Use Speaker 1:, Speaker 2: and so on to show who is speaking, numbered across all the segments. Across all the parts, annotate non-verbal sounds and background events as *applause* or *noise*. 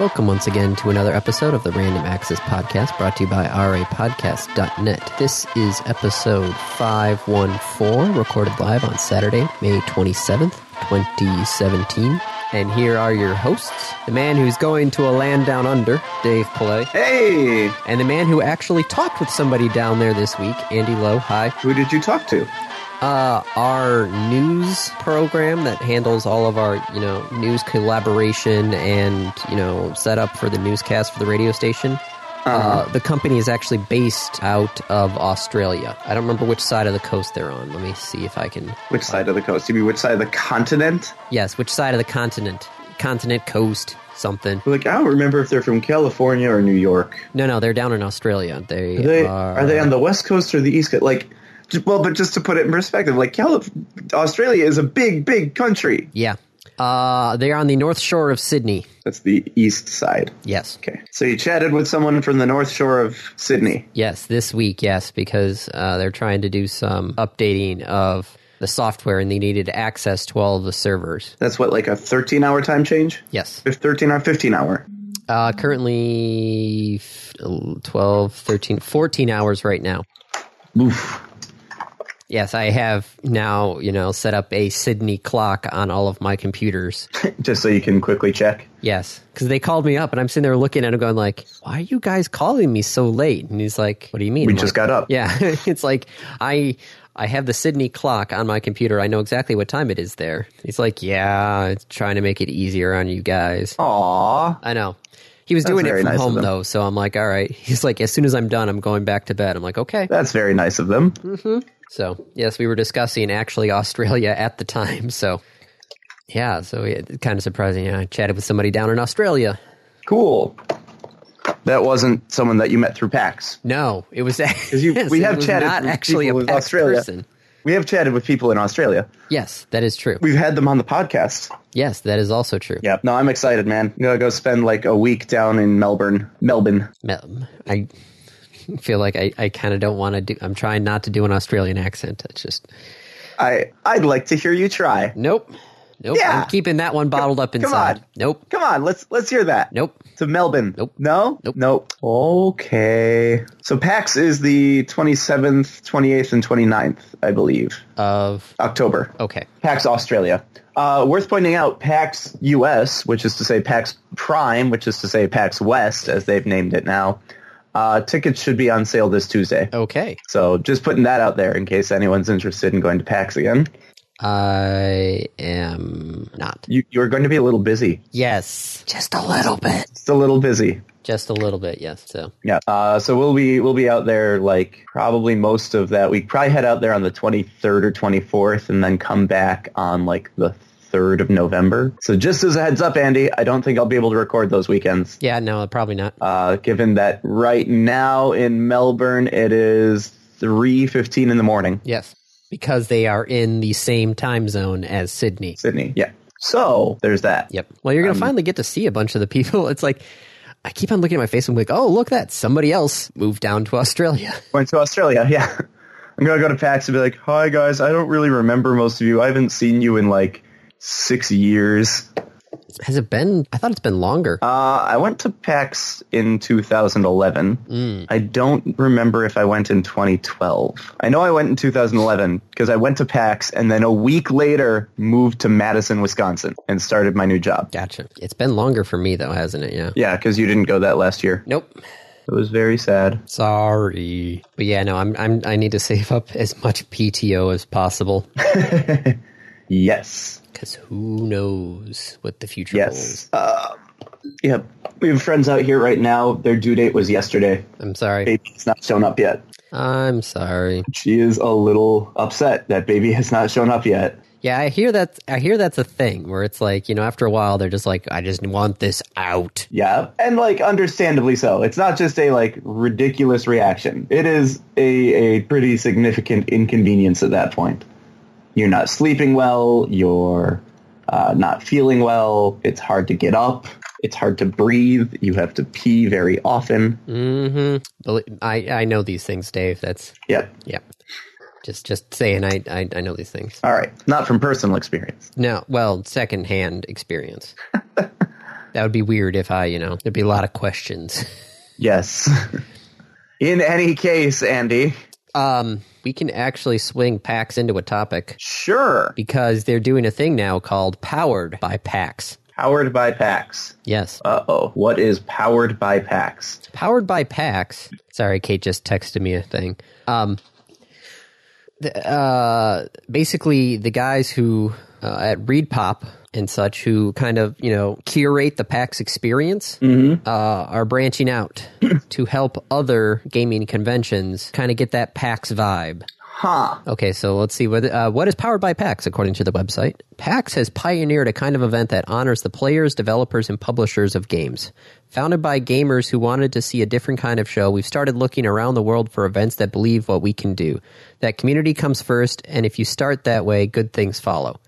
Speaker 1: Welcome once again to another episode of the Random Access Podcast brought to you by rapodcast.net. This is episode 514, recorded live on Saturday, May 27th, 2017. And here are your hosts the man who's going to a land down under, Dave Play,
Speaker 2: Hey,
Speaker 1: and the man who actually talked with somebody down there this week, Andy Lowe. Hi.
Speaker 2: who did you talk to?
Speaker 1: Uh, our news program that handles all of our, you know, news collaboration and, you know, setup for the newscast for the radio station. Uh, the company is actually based out of Australia. I don't remember which side of the coast they're on. Let me see if I can.
Speaker 2: Which side of the coast? You mean which side of the continent?
Speaker 1: Yes, which side of the continent? Continent, coast, something.
Speaker 2: Like I don't remember if they're from California or New York.
Speaker 1: No, no, they're down in Australia. They,
Speaker 2: Are they
Speaker 1: are.
Speaker 2: are, they on the west coast or the east coast? Like, j- well, but just to put it in perspective, like Calif- Australia is a big, big country.
Speaker 1: Yeah. Uh, they're on the north shore of Sydney.
Speaker 2: That's the east side.
Speaker 1: Yes.
Speaker 2: Okay, so you chatted with someone from the north shore of Sydney.
Speaker 1: Yes, this week, yes, because uh, they're trying to do some updating of the software and they needed access to all of the servers.
Speaker 2: That's what like a thirteen-hour time change.
Speaker 1: Yes.
Speaker 2: If thirteen or fifteen hour.
Speaker 1: Uh, currently f- 12, 13, 14 hours right now.
Speaker 2: Oof.
Speaker 1: Yes, I have now, you know, set up a Sydney clock on all of my computers.
Speaker 2: Just so you can quickly check.
Speaker 1: Yes, because they called me up and I'm sitting there looking at him going like, why are you guys calling me so late? And he's like, what do you mean?
Speaker 2: We
Speaker 1: I'm
Speaker 2: just
Speaker 1: like,
Speaker 2: got up.
Speaker 1: Yeah, *laughs* it's like I I have the Sydney clock on my computer. I know exactly what time it is there. He's like, "Yeah, it's trying to make it easier on you guys."
Speaker 2: Aww.
Speaker 1: I know. He was doing it
Speaker 2: very
Speaker 1: from
Speaker 2: nice of
Speaker 1: home
Speaker 2: them.
Speaker 1: though, so I'm like, "All right." *laughs* He's like, "As soon as I'm done, I'm going back to bed." I'm like, "Okay."
Speaker 2: That's very nice of them.
Speaker 1: So, yes, we were discussing actually Australia at the time, so yeah, so it's kind of surprising. Yeah, I chatted with somebody down in Australia.
Speaker 2: Cool. That wasn't someone that you met through PAX.
Speaker 1: No, it was *laughs*
Speaker 2: you-
Speaker 1: yes,
Speaker 2: we
Speaker 1: it
Speaker 2: have
Speaker 1: was
Speaker 2: chatted
Speaker 1: not
Speaker 2: with
Speaker 1: actually a
Speaker 2: people in
Speaker 1: PAX
Speaker 2: Australia.
Speaker 1: person.
Speaker 2: We have chatted with people in Australia.
Speaker 1: Yes, that is true.
Speaker 2: We've had them on the podcast.
Speaker 1: Yes, that is also true.
Speaker 2: Yeah. No, I'm excited, man. I'm gonna go spend like a week down in Melbourne. Melbourne.
Speaker 1: Um, I feel like I, I kind of don't want to do. I'm trying not to do an Australian accent. It's just
Speaker 2: I I'd like to hear you try.
Speaker 1: nope, nope.
Speaker 2: Yeah.
Speaker 1: I'm keeping that one bottled up inside.
Speaker 2: on.
Speaker 1: Nope,
Speaker 2: Come on, let's let's hear that.
Speaker 1: nope.
Speaker 2: To Melbourne.
Speaker 1: Nope.
Speaker 2: No?
Speaker 1: Nope.
Speaker 2: Nope. Okay. So PAX is the 27th, 28th, and 29th, I believe,
Speaker 1: Of
Speaker 2: October.
Speaker 1: okay,
Speaker 2: PAX Australia. Uh, worth pointing out, PAX US, which is to say PAX Prime, which is to say PAX West, as they've named it now, uh, tickets should be on sale this Tuesday.
Speaker 1: okay.
Speaker 2: So just putting that out there in case anyone's interested in going to PAX again.
Speaker 1: I am not.
Speaker 2: You, you're going to be a little busy.
Speaker 1: Yes, just a little bit.
Speaker 2: Just a little busy.
Speaker 1: Just a little bit. Yes. So
Speaker 2: Yeah. Uh, so we'll be we'll be out there like probably most of that week. Probably head out there on the 23rd or 24th, and then come back on like the 3rd of November. So just as a heads up, Andy, I don't think I'll be able to record those weekends.
Speaker 1: yeah, no, probably not.
Speaker 2: uh, given that right now in Melbourne it is 3.15 in the morning,
Speaker 1: yes, because they are in the same time zone as Sydney.
Speaker 2: Sydney. Yeah. So there's that.
Speaker 1: Yep. Well, you're gonna finally get to see a bunch of the people. *laughs* It's like I keep on looking at my Facebook, like, oh, look that somebody else moved down to *laughs* Australia.
Speaker 2: Went to Australia. *laughs* Yeah. I'm going to go to PAX and be like, hi guys, I don't really remember most of you. I haven't seen you in like six years.
Speaker 1: Has it been? I thought it's been longer.
Speaker 2: Uh, I went to PAX in 2011. I don't remember if I went in 2012. I know I went in 2011 because I went to PAX and then a week later moved to Madison, Wisconsin and started my new job.
Speaker 1: gotcha. It's been longer for me though, hasn't it? Yeah.
Speaker 2: Yeah, because you didn't go that last year.
Speaker 1: Nope.
Speaker 2: It was very sad.
Speaker 1: Sorry. But yeah, no, I'm, I'm I need to *laughs* save up as much PTO as possible
Speaker 2: Yes.
Speaker 1: because who knows what the future holds.
Speaker 2: Yes. Uh, yeah, we have friends out here right now. Their due date was yesterday.
Speaker 1: I'm sorry.
Speaker 2: Baby has not shown up yet.
Speaker 1: I'm sorry.
Speaker 2: She is a little upset that baby has not shown up yet.
Speaker 1: Yeah, I hear that. I hear that's a thing where it's like you know, after a while, they're just like, I just want this out.
Speaker 2: Yeah, and like understandably so. It's not just a like ridiculous reaction. It is a a pretty significant inconvenience at that point. You're not sleeping well. You're uh, not feeling well. It's hard to get up. It's hard to breathe. You have to pee very often.
Speaker 1: hmm I I know these things, Dave. That's
Speaker 2: Yep.
Speaker 1: yeah. Just just saying, I, I I know these things.
Speaker 2: All right. Not from personal experience.
Speaker 1: No, well, secondhand experience. That would be weird if I, you know, there'd be a lot of questions.
Speaker 2: Yes. *laughs* In any case, Andy.
Speaker 1: Um, we can actually swing PAX into a topic
Speaker 2: Sure.
Speaker 1: because they're doing a thing now called Powered by PAX.
Speaker 2: Powered by PAX.
Speaker 1: Yes.
Speaker 2: Uh oh. What is powered by PAX?
Speaker 1: powered by PAX. Sorry, Kate just texted me a thing. Um, the, uh, basically, the guys who uh, at Reed Pop and such who kind of you know curate the PAX experience uh, are branching out to help other gaming conventions kind of get that PAX vibe.
Speaker 2: Huh.
Speaker 1: Okay, so let's see what uh, what is powered by PAX according to the website. PAX has pioneered a kind of event that honors the players, developers, and publishers of games. Founded by gamers who wanted to see a different kind of show, we've started looking around the world for events that believe what we can do. That community comes first, and if you start that way, good things follow.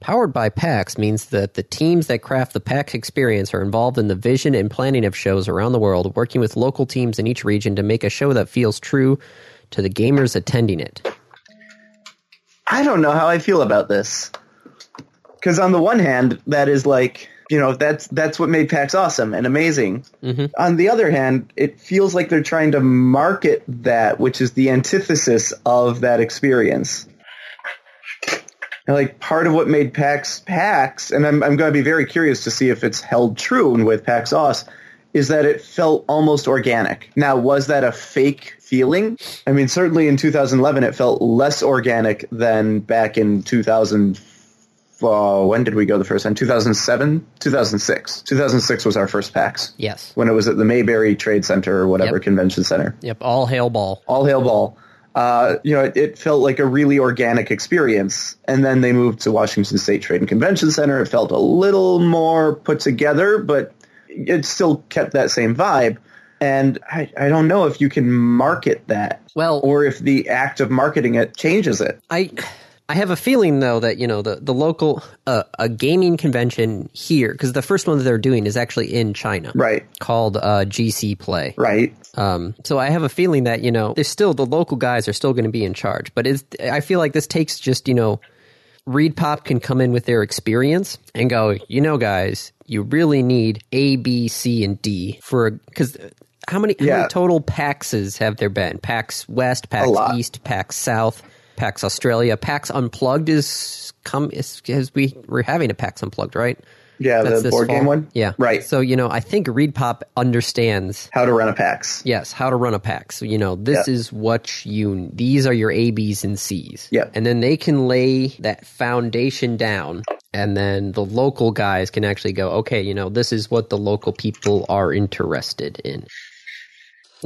Speaker 1: Powered by PAX means that the teams that craft the PAX experience are involved in the vision and planning of shows around the world, working with local teams in each region to make a show that feels true to the gamers attending it.
Speaker 2: I don't know how I feel about this. Because on the one hand, that is like you know that's that's what made PAX awesome and amazing. On the other hand, it feels like they're trying to market that, which is the antithesis of that experience. And, like part of what made PAX PAX, and I'm I'm going to be very curious to see if it's held true with PAX OS, is that it felt almost organic. Now, was that a fake feeling? I mean, certainly in 2011, it felt less organic than back in 2000. Uh, when did we go the first time? 2007, 2006. 2006 was our first PAX
Speaker 1: Yes.
Speaker 2: when it was at the Mayberry Trade Center or whatever
Speaker 1: Yep.
Speaker 2: convention center.
Speaker 1: Yep. All hail ball.
Speaker 2: All hail ball. Uh, you know, it, it felt like a really organic experience. And then they moved to Washington State Trade and Convention Center. It felt a little more put together, but it still kept that same vibe. And I, I don't know if you can market that
Speaker 1: Well,
Speaker 2: or if the act of marketing it changes it.
Speaker 1: I I have a feeling though that you know the the local uh, a gaming convention here because the first one that they're doing is actually in China,
Speaker 2: Right.
Speaker 1: Called uh, GC Play.
Speaker 2: Right.
Speaker 1: Um, so I have a feeling that you know there's still the local guys are still going to be in charge, but it's, I feel like this takes just you know. Reed Pop can come in with their experience and go, you know, guys, you really need A, B, C, and D for because how many how
Speaker 2: Yeah.
Speaker 1: many total PAXs have there been? PAX West, PAX
Speaker 2: lot.
Speaker 1: East, PAX South, PAX Australia, PAX Unplugged is come is, is we we're having a PAX Unplugged, right?
Speaker 2: Yeah, Uh, the board game
Speaker 1: fall.
Speaker 2: one?
Speaker 1: Yeah,
Speaker 2: Right.
Speaker 1: So you know, I think Reed Pop understands
Speaker 2: How to run a PAX.
Speaker 1: Yes, how to run a pack. So you know, this
Speaker 2: Yeah.
Speaker 1: is what you. These are your A, B's, and C's.
Speaker 2: Yeah.
Speaker 1: and then they can lay that foundation down, and then the local guys can actually go, okay, you know, this is what the local people are interested in.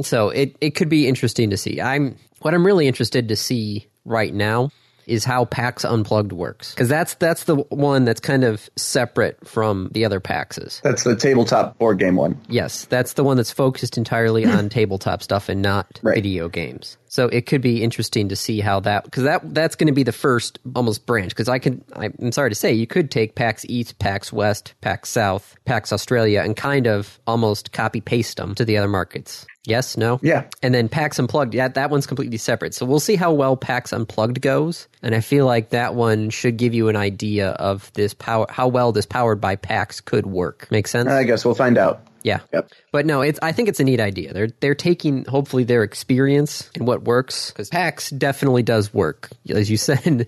Speaker 1: So it it could be interesting to see. I'm what I'm really interested to see right now is how PAX Unplugged works because that's that's the one that's kind of separate from the other PAXs.
Speaker 2: That's the tabletop board game one.
Speaker 1: Yes, that's the one that's focused entirely
Speaker 2: *clears throat*
Speaker 1: on tabletop stuff and not
Speaker 2: Right.
Speaker 1: video games. So it could be interesting to see how that because that that's going to be the first almost branch. Because I can, I, I'm sorry to say, you could take PAX East, PAX West, PAX South, PAX Australia, and kind of almost copy paste them to the other markets. Yes, no,
Speaker 2: Yeah.
Speaker 1: and then PAX Unplugged, yeah, that one's completely separate. So we'll see how well PAX Unplugged goes, and I feel like that one should give you an idea of this power, how well this powered by PAX could work. Make sense?
Speaker 2: I guess we'll find out.
Speaker 1: yeah.
Speaker 2: Yep.
Speaker 1: But no, it's. I think it's a neat idea. They're they're taking hopefully their experience and what works because PAX definitely does work. As you *laughs* said,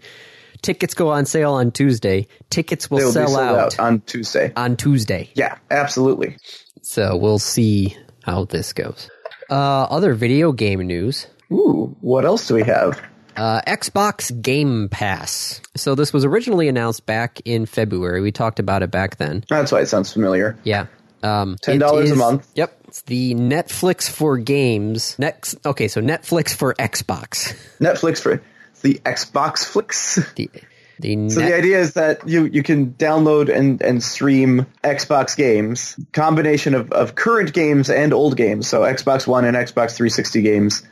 Speaker 1: tickets go on sale on Tuesday. Tickets will
Speaker 2: They will
Speaker 1: sell
Speaker 2: be sold
Speaker 1: out, Uh,
Speaker 2: out on Tuesday.
Speaker 1: on Tuesday.
Speaker 2: Yeah, absolutely.
Speaker 1: So we'll see how this goes. Uh, other video game news.
Speaker 2: Ooh, what else do we have?
Speaker 1: Uh, Xbox Game Pass. So this was originally announced back in February. We talked about it back then.
Speaker 2: That's why it sounds familiar.
Speaker 1: Yeah. Um,
Speaker 2: $10 a
Speaker 1: it is-
Speaker 2: month.
Speaker 1: Yep. It's the Netflix for games. Next, okay, so Netflix for Xbox. *laughs*
Speaker 2: Netflix for the Xbox Flix.
Speaker 1: The the
Speaker 2: So the
Speaker 1: Net-
Speaker 2: idea is that you, you can download and, and stream Xbox games, combination of, of current games and old games, so Xbox One and Xbox 360 games,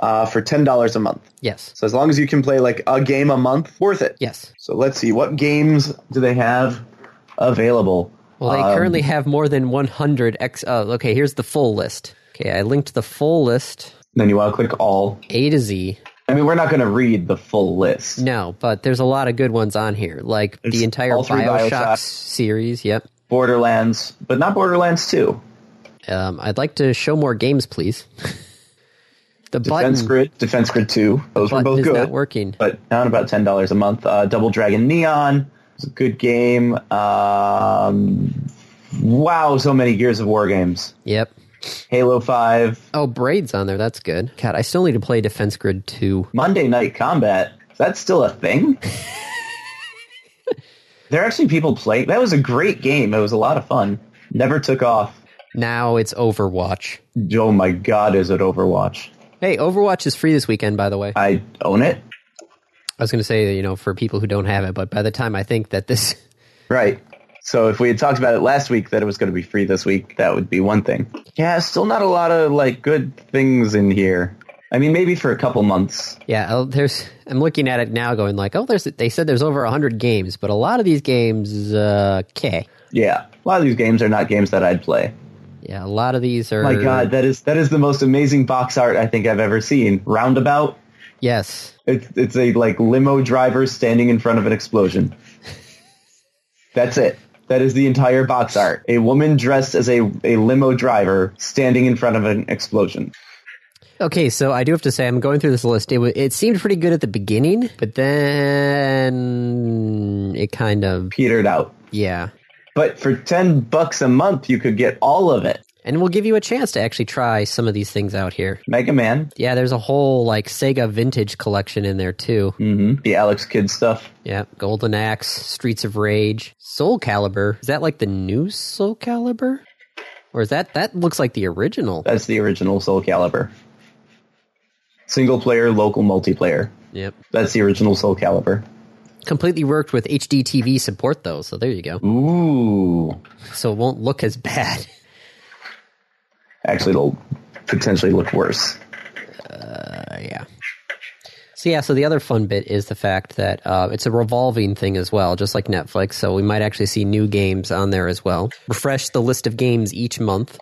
Speaker 2: uh, for $10 a month.
Speaker 1: yes,
Speaker 2: So as long as you can play like a game a month, worth it.
Speaker 1: yes.
Speaker 2: So let's see, what games do they have available?
Speaker 1: Well, they
Speaker 2: Um,
Speaker 1: currently have more than 100 X. Uh, okay, here's the full list. Okay, I linked the full list
Speaker 2: Then you want to click all.
Speaker 1: A to Z.
Speaker 2: I mean, we're not going to read the full list.
Speaker 1: No, but there's a lot of good ones on here, like the entire
Speaker 2: all three
Speaker 1: Bioshock
Speaker 2: Bioshocks.
Speaker 1: series. Yep.
Speaker 2: Borderlands, but not Borderlands 2.
Speaker 1: Um, I'd like to show more games, please. *laughs* the button,
Speaker 2: Defense Grid, Defense Grid 2. Those were
Speaker 1: button
Speaker 2: both
Speaker 1: is
Speaker 2: good.
Speaker 1: not working.
Speaker 2: but down about ten dollars a month. Uh, Double Dragon Neon was a good game. Um, wow, so many Gears of War games.
Speaker 1: Yep.
Speaker 2: Halo Five,
Speaker 1: Oh, Braid's on there. That's good. God, I still need to play Defense Grid 2.
Speaker 2: Monday Night Combat. Is that still
Speaker 1: *laughs*
Speaker 2: a thing? there are actually people playing. That was a great game. It was a lot of fun. Never took off.
Speaker 1: Now it's Overwatch.
Speaker 2: Oh my god, is it Overwatch?
Speaker 1: Hey, Overwatch is free this weekend, by the way.
Speaker 2: I own it.
Speaker 1: I was going to say, you know, for people who don't have it, but by the time I think that this. *laughs*
Speaker 2: Right. So if we had talked about it last week that it was going to be free this week, that would be one thing. Yeah, still not a lot of like good things in here. I mean, maybe for a couple months.
Speaker 1: Yeah, oh, there's. I'm looking at it now going like, oh, there's. they said there's over 100 games, but a lot of these games, uh, okay.
Speaker 2: Yeah, a lot of these games are not games that I'd play.
Speaker 1: Yeah, a lot of these are.
Speaker 2: My God, that is that is the most amazing box art I think I've ever seen. Roundabout.
Speaker 1: Yes.
Speaker 2: It's it's a like limo driver standing in front of an explosion. That's it. That is the entire box art. A woman dressed as a, a limo driver standing in front of an explosion.
Speaker 1: Okay, so I do have to say I'm going through this list. It wa it seemed pretty good at the beginning, but then it kind of
Speaker 2: Petered out.
Speaker 1: yeah.
Speaker 2: But for 10 bucks a month, you could get all of it.
Speaker 1: And we'll give you a chance to actually try some of these things out here.
Speaker 2: Mega Man,
Speaker 1: Yeah, there's a whole like Sega vintage collection in there too.
Speaker 2: hmm the Alex Kidd stuff.
Speaker 1: Yeah, Golden Axe, Streets of Rage, Soul Calibur. Is that like the new Soul Calibur? Or is that that looks like the original?
Speaker 2: That's the original Soul Calibur. Single player, local multiplayer.
Speaker 1: Yep.
Speaker 2: That's the original Soul Calibur.
Speaker 1: Completely worked with HD TV support though, so there you go.
Speaker 2: Ooh.
Speaker 1: So it won't look as *laughs* bad.
Speaker 2: Actually, it'll potentially look worse.
Speaker 1: yeah. So yeah, so the other fun bit is the fact that uh, it's a revolving thing as well, just like Netflix. So we might actually see new games on there as well. Refresh the list of games each month.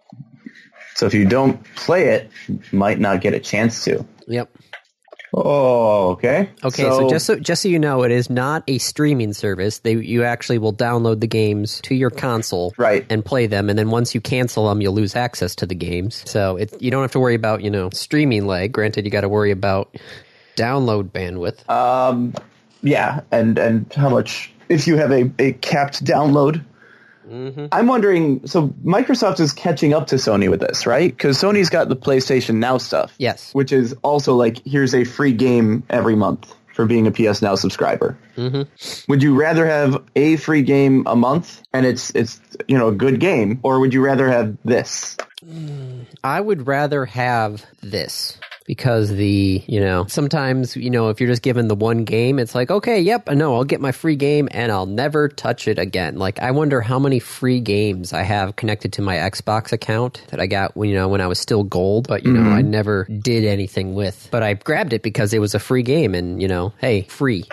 Speaker 2: So if you don't play it, you might not get a chance to.
Speaker 1: Yep.
Speaker 2: Oh, okay.
Speaker 1: Okay, so, just so just so you know, it is not a streaming service. They you actually will download the games to your console,
Speaker 2: Right.
Speaker 1: and play them. And then once you cancel them, you'll lose access to the games. So it, you don't have to worry about you know streaming lag. Granted, you got to worry about download bandwidth.
Speaker 2: Um, yeah, and and how much if you have a, a capped download? I'm wondering. So Microsoft is catching up to Sony with this, right? Because Sony's got the PlayStation Now stuff.
Speaker 1: Yes.
Speaker 2: which is also like here's a free game every month for being a PS Now subscriber. Mm-hmm. Would you rather have a free game a month and it's it's you know a good game, or would you rather have this?
Speaker 1: I would rather have this because the, you know, sometimes, you know, if you're just given the one game, it's like, okay, yep, no, I'll get my free game and I'll never touch it again. Like, I wonder how many free games I have connected to my Xbox account that I got, when you know, when I was still gold, but, you know, I never did anything with. But I grabbed it because it was a free game and, you know, hey, free.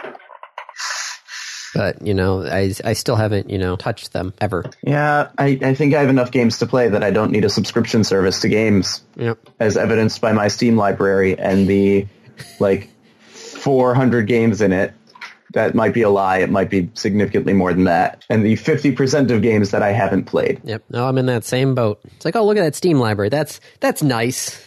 Speaker 1: But, you know, I, I still haven't, you know, touched them ever.
Speaker 2: Yeah, I, I think I have enough games to play that I don't need a subscription service to games.
Speaker 1: Yep.
Speaker 2: as evidenced by my Steam library and the like 400 games in it. That might be a lie. It might be significantly more than that. And the 50% of games that I haven't played.
Speaker 1: Yep. No, I'm in that same boat. It's like, oh, look at that Steam library. That's that's
Speaker 2: *laughs*
Speaker 1: nice.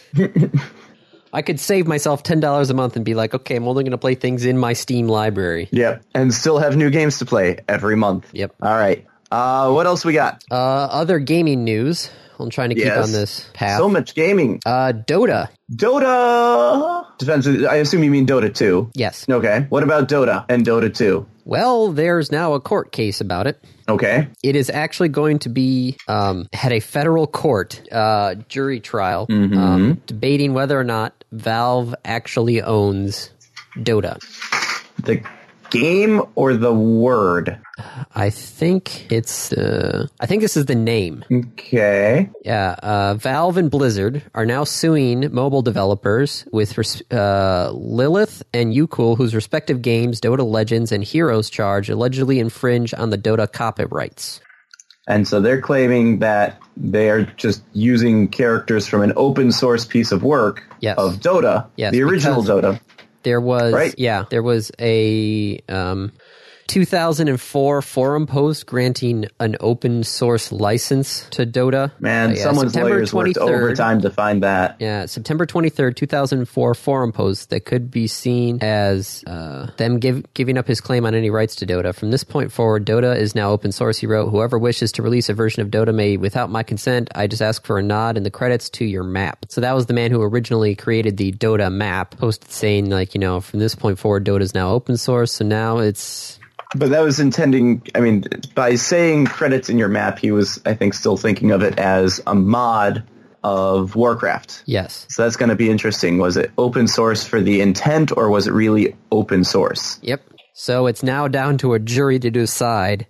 Speaker 1: I could save myself ten dollars a month and be like, okay, I'm only going to play things in my Steam library.
Speaker 2: Yep. And still have new games to play every month.
Speaker 1: Yep.
Speaker 2: All right. Uh, what else we got?
Speaker 1: Uh, other gaming news. I'm trying to keep
Speaker 2: Yes.
Speaker 1: on this path.
Speaker 2: So much gaming.
Speaker 1: uh, Dota.
Speaker 2: Dota. Depends. I assume you mean Dota 2.
Speaker 1: Yes.
Speaker 2: Okay. What about Dota and Dota 2?
Speaker 1: Well, there's now a court case about it.
Speaker 2: Okay.
Speaker 1: It is actually going to be um, had a federal court uh, jury trial
Speaker 2: Mm-hmm.
Speaker 1: um, debating whether or not Valve actually owns Dota.
Speaker 2: The game or the word?
Speaker 1: I think it's. Uh, I think this is the name.
Speaker 2: Mm. Okay.
Speaker 1: Yeah, uh, Valve and Blizzard are now suing mobile developers with res- uh, Lilith and Ucool, whose respective games, Dota Legends and Heroes Charge, allegedly infringe on the Dota copyrights.
Speaker 2: And so they're claiming that they are just using characters from an open source piece of work
Speaker 1: Yes.
Speaker 2: of Dota,
Speaker 1: Yes,
Speaker 2: the original Dota.
Speaker 1: There was,
Speaker 2: Right.
Speaker 1: yeah, there was a um, 2004 forum post granting an open source license to Dota.
Speaker 2: Man,
Speaker 1: Uh, yeah,
Speaker 2: someone's
Speaker 1: September
Speaker 2: lawyers worked
Speaker 1: 23rd.
Speaker 2: overtime to find that.
Speaker 1: Yeah, September 23rd, 2004 forum post that could be seen as uh, them give, giving up his claim on any rights to Dota. From this point forward, Dota is now open source, he wrote. Whoever wishes to release a version of Dota may, without my consent, I just ask for a nod in the credits to your map. So that was the man who originally created the Dota map, posted saying, like, you know, from this point forward, Dota is now open source. So now it's.
Speaker 2: But that was intending, I mean, by saying credits in your map, he was, I think, still thinking of it as a mod of Warcraft.
Speaker 1: Yes.
Speaker 2: So that's going to be interesting. Was it open source for the intent, or was it really open source?
Speaker 1: Yep. So it's now down to a jury to decide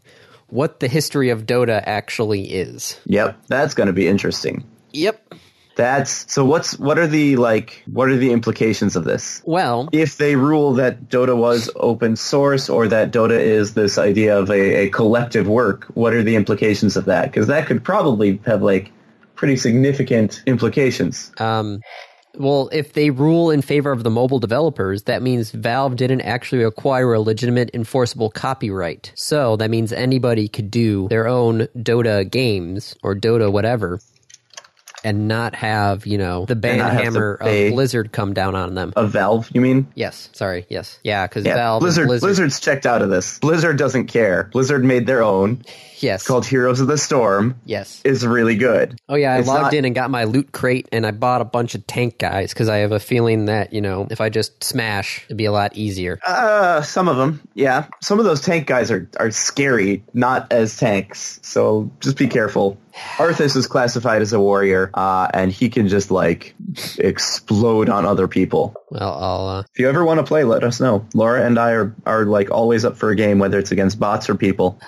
Speaker 1: what the history of Dota actually is.
Speaker 2: Yep, that's going to be interesting.
Speaker 1: Yep.
Speaker 2: That's so. What's what are the like? What are the implications of this?
Speaker 1: Well,
Speaker 2: If they rule that Dota was open source, or that Dota is this idea of a, a collective work, what are the implications of that? Because that could probably have like pretty significant implications.
Speaker 1: um, well, if they rule in favor of the mobile developers, that means Valve didn't actually acquire a legitimate enforceable copyright. So that means anybody could do their own Dota games or Dota whatever and not have, you know, the ban
Speaker 2: not have to
Speaker 1: hammer
Speaker 2: pay.
Speaker 1: of Blizzard come down on them.
Speaker 2: Of Valve, you mean?
Speaker 1: yes, sorry, yes. Yeah, because
Speaker 2: Yeah,
Speaker 1: Valve and
Speaker 2: Blizzard,
Speaker 1: Blizzard.
Speaker 2: Blizzard's checked out of this. Blizzard doesn't care. Blizzard made their own
Speaker 1: yes.
Speaker 2: called Heroes of the Storm.
Speaker 1: yes.
Speaker 2: Is really good.
Speaker 1: Oh yeah, I
Speaker 2: It's
Speaker 1: logged
Speaker 2: not-
Speaker 1: in and got my loot crate, and I bought a bunch of tank guys because I have a feeling that you know if I just smash, it'd be a lot easier.
Speaker 2: Uh, some of them, yeah. Some of those tank guys are, are scary, not as tanks. So just be careful. Arthas is classified as a warrior, uh, and he can just like explode on other people.
Speaker 1: Well, I'll uh,
Speaker 2: If you ever want to play, let us know. Laura and I are, are like always up for a game, whether it's against bots or people.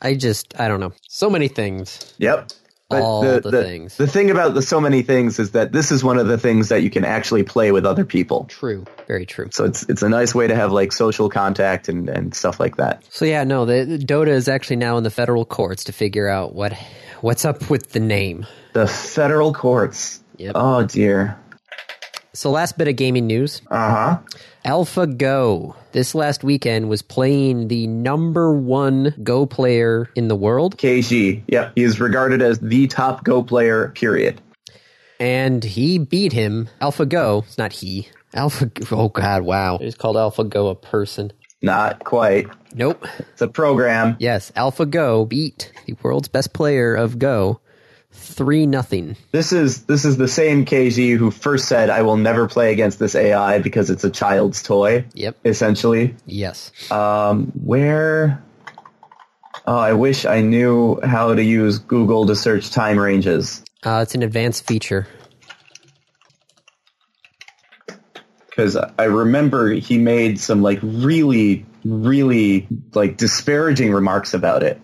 Speaker 1: I just I don't know. So many things.
Speaker 2: Yep.
Speaker 1: All the things.
Speaker 2: The thing about the so many things is that this is one of the things that you can actually play with other people.
Speaker 1: True. Very true.
Speaker 2: So it's it's a nice way to have like social contact and, and stuff like that.
Speaker 1: So yeah, no, the, the Dota is actually now in the federal courts to figure out what what's up with the name.
Speaker 2: The federal courts.
Speaker 1: Yep.
Speaker 2: Oh dear.
Speaker 1: So last bit of gaming news.
Speaker 2: Uh huh.
Speaker 1: AlphaGo this last weekend was playing the number 1 Go player in the world
Speaker 2: KG. Yep. He is regarded as the top Go player. Period.
Speaker 1: and he beat him. AlphaGo, it's not he. Alpha Oh god, wow. He's called AlphaGo a person.
Speaker 2: Not quite.
Speaker 1: Nope.
Speaker 2: It's a program.
Speaker 1: Yes, AlphaGo beat the world's best player of Go 3 nothing.
Speaker 2: This is this is the same KG who first said, "I will never play against this AI because it's a child's toy."
Speaker 1: Yep.
Speaker 2: Essentially,
Speaker 1: Yes.
Speaker 2: um, where. Oh, I wish I knew how to use Google to search time ranges
Speaker 1: Uh, it's an advanced feature.
Speaker 2: because I remember he made some like really, really like disparaging remarks about it.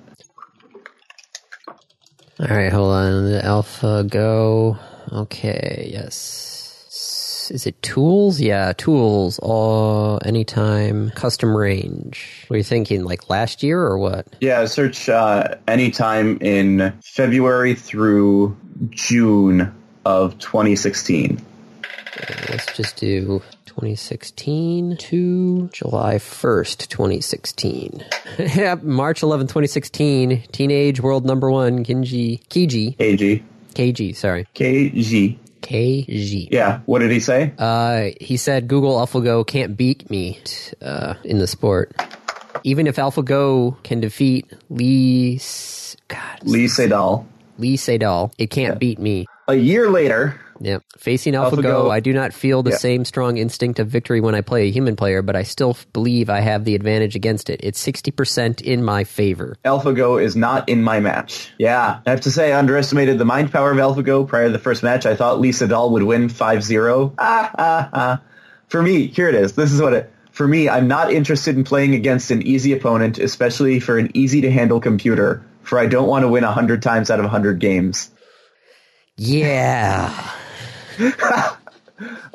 Speaker 1: All right, hold on. The Alpha Go. Okay, yes. Is it tools? Yeah, tools. All anytime custom range. Were you thinking like last year or what?
Speaker 2: Yeah, search uh, anytime in February through June of 2016.
Speaker 1: Let's just do 2016 to July 1st, *laughs* 2016. Yep, March 11th, 2016. Teenage world number one, Kinji Kiji
Speaker 2: KG.
Speaker 1: KG. Sorry,
Speaker 2: KG.
Speaker 1: KG.
Speaker 2: Yeah, what did he say?
Speaker 1: Uh, he said Google AlphaGo can't beat me uh, in the sport. Even if AlphaGo can defeat Lee, S- God,
Speaker 2: Lee Sedol.
Speaker 1: Lee Sedol, it can't beat me.
Speaker 2: A year later,
Speaker 1: Yeah. Facing AlphaGo,
Speaker 2: AlphaGo-
Speaker 1: I do not feel the
Speaker 2: Yeah.
Speaker 1: same strong instinct of victory when I play a human player, but I still f- believe I have the advantage against it. It's 60% in my favor.
Speaker 2: AlphaGo is not in my match. Yeah, I have to say I underestimated the mind power of AlphaGo prior to the first match. I thought Lee Sedol would win 5-0. Ah, ah, ah. For me, here it is. This is what it... For me, I'm not interested in playing against an easy opponent, especially for an easy-to-handle computer, for I don't want to win 100 times out of 100 games.
Speaker 1: Yeah.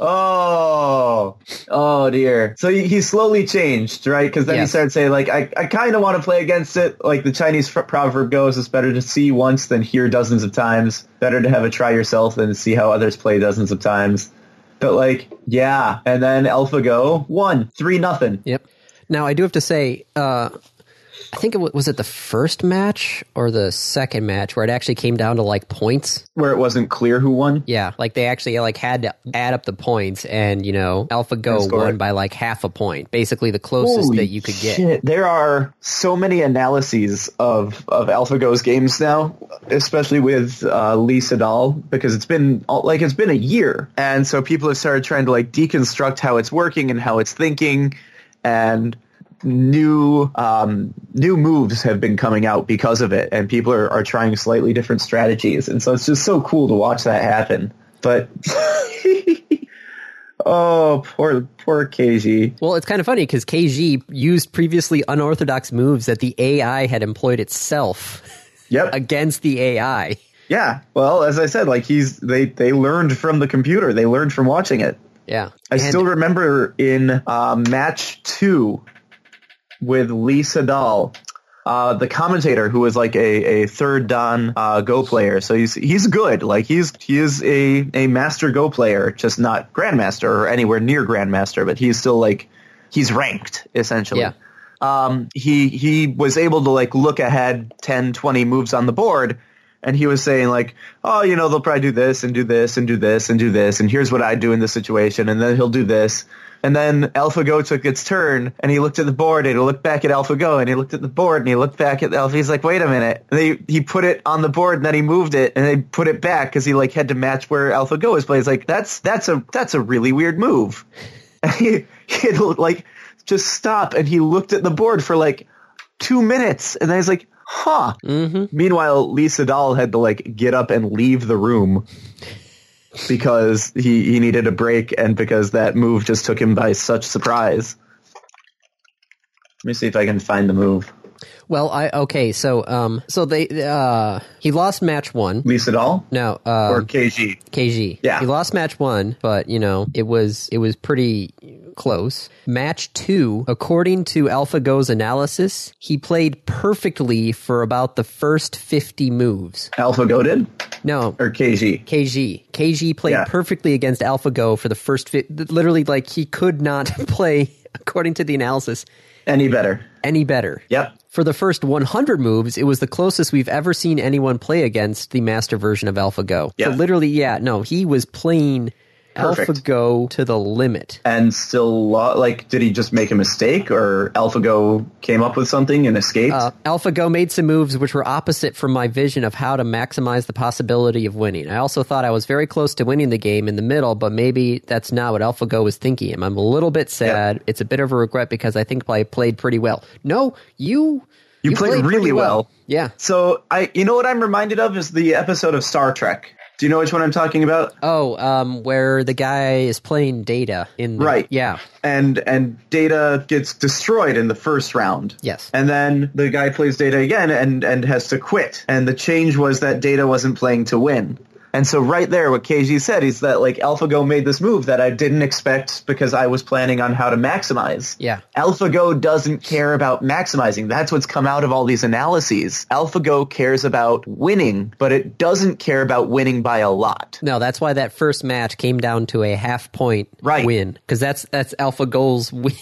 Speaker 2: Oh, oh dear. So he, he slowly changed, right? Because then
Speaker 1: Yes.
Speaker 2: he started saying, like, I, I kind of want to play against it. Like the Chinese fr- proverb goes, it's better to see once than hear dozens of times. Better to have a try yourself than to see how others play dozens of times. But like, yeah. And then AlphaGo won three nothing.
Speaker 1: Yep. Now I do have to say, uh, I think it w- was it the first match or the second match where it actually came down to like points.
Speaker 2: Where it wasn't clear who won.
Speaker 1: Yeah, like they actually like had to add up the points, and you know, AlphaGo
Speaker 2: score
Speaker 1: won
Speaker 2: it.
Speaker 1: by like half a point, basically the closest
Speaker 2: Holy
Speaker 1: that you could get.
Speaker 2: shit. There are so many analyses of of AlphaGo's games now, especially with uh, Lee Sedol, because it's been like it's been a year, and so people have started trying to like deconstruct how it's working and how it's thinking, and new um, new moves have been coming out because of it, and people are, are trying slightly different strategies, and so it's just so cool to watch that happen. But *laughs* oh, poor poor KG.
Speaker 1: Well, it's kind of funny because KG used previously unorthodox moves that the AI had employed itself *laughs*
Speaker 2: Yep.
Speaker 1: against the AI.
Speaker 2: Yeah. Well, as I said, like he's they they learned from the computer. They learned from watching it.
Speaker 1: Yeah,
Speaker 2: I
Speaker 1: And-
Speaker 2: still remember in uh, match two with Lisa Dahl, uh, the commentator who was like a, a third Don uh, Go player. So he's he's good. Like he's he is a, a master Go player, just not Grandmaster or anywhere near Grandmaster, but he's still like he's ranked essentially.
Speaker 1: Yeah.
Speaker 2: Um, he he was able to like look ahead 10, 20 moves on the board. And he was saying like, oh, you know, they'll probably do this and do this and do this and do this. And here's what I do in this situation. And then he'll do this. And then AlphaGo took its turn, and he looked at the board, and he looked back at AlphaGo, and he looked at the board, and he looked back at Alpha. He's like, "Wait a minute!" And they he put it on the board, and then he moved it, and they put it back because he like had to match where AlphaGo was playing. He's like, "That's that's a that's a really weird move." And *laughs* he he had, like just stop, and he looked at the board for like two minutes, and then he's like, "Huh." Meanwhile, Lisa Dahl had to like get up and leave the room because he, he needed a break and because that move just took him by such surprise. Let me see if I can find the move.
Speaker 1: well, I okay, so um, so they uh, he lost match one.
Speaker 2: Lisa Dahl
Speaker 1: No, uh,
Speaker 2: or KG?
Speaker 1: KG.
Speaker 2: Yeah.
Speaker 1: He lost match one, but you know, it was it was pretty close. Match two, according to AlphaGo's analysis, he played perfectly for about the first fifty moves.
Speaker 2: AlphaGo did?
Speaker 1: No.
Speaker 2: Or KG?
Speaker 1: KG. KG played
Speaker 2: Er, Yeah.
Speaker 1: perfectly against AlphaGo for the first fi- literally like he could not *laughs* play according to the analysis
Speaker 2: Any better?
Speaker 1: any better.
Speaker 2: Yep.
Speaker 1: For the first 100 moves, it was the closest we've ever seen anyone play against the master version of AlphaGo.
Speaker 2: Yeah.
Speaker 1: So literally, yeah, no, he was playing
Speaker 2: Perfect.
Speaker 1: AlphaGo to the limit.
Speaker 2: And still, lo- like, did he just make a mistake or AlphaGo came up with something and escaped?
Speaker 1: Uh, AlphaGo made some moves which were opposite from my vision of how to maximize the possibility of winning. I also thought I was very close to winning the game in the middle, but maybe that's not what AlphaGo was thinking. I'm a little bit sad. It's a bit of a regret because I think I played pretty well. No, you
Speaker 2: You played really
Speaker 1: pretty
Speaker 2: well.
Speaker 1: Yeah.
Speaker 2: so, I, you know what I'm reminded of is the episode of Star Trek. Do you know which one I'm talking about?
Speaker 1: Oh, um, where the guy is playing Data in the,
Speaker 2: Right.
Speaker 1: Yeah,
Speaker 2: and and data gets destroyed in the first round
Speaker 1: Yes.
Speaker 2: and then the guy plays data again and and has to quit and the change was that data wasn't playing to win and so right there what kg said is that like alphago made this move that i didn't expect because i was planning on how to maximize
Speaker 1: Yeah.
Speaker 2: AlphaGo doesn't care about maximizing. That's what's come out of all these analyses. AlphaGo cares about winning, but it doesn't care about winning by a lot.
Speaker 1: No, that's why that first match came down to a half point
Speaker 2: Right.
Speaker 1: win because that's that's Alpha Goal's *laughs* win.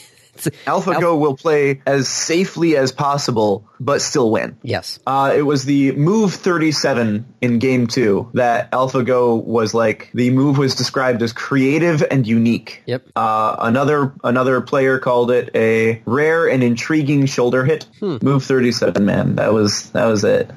Speaker 2: AlphaGo will play as safely as possible, but still win.
Speaker 1: yes.
Speaker 2: Uh, it was the move 37 in game two that AlphaGo was like, the move was described as creative and unique.
Speaker 1: Yep.
Speaker 2: Uh, another another player called it a rare and intriguing shoulder hit.
Speaker 1: Hmm.
Speaker 2: Move 37, man. That was that was it.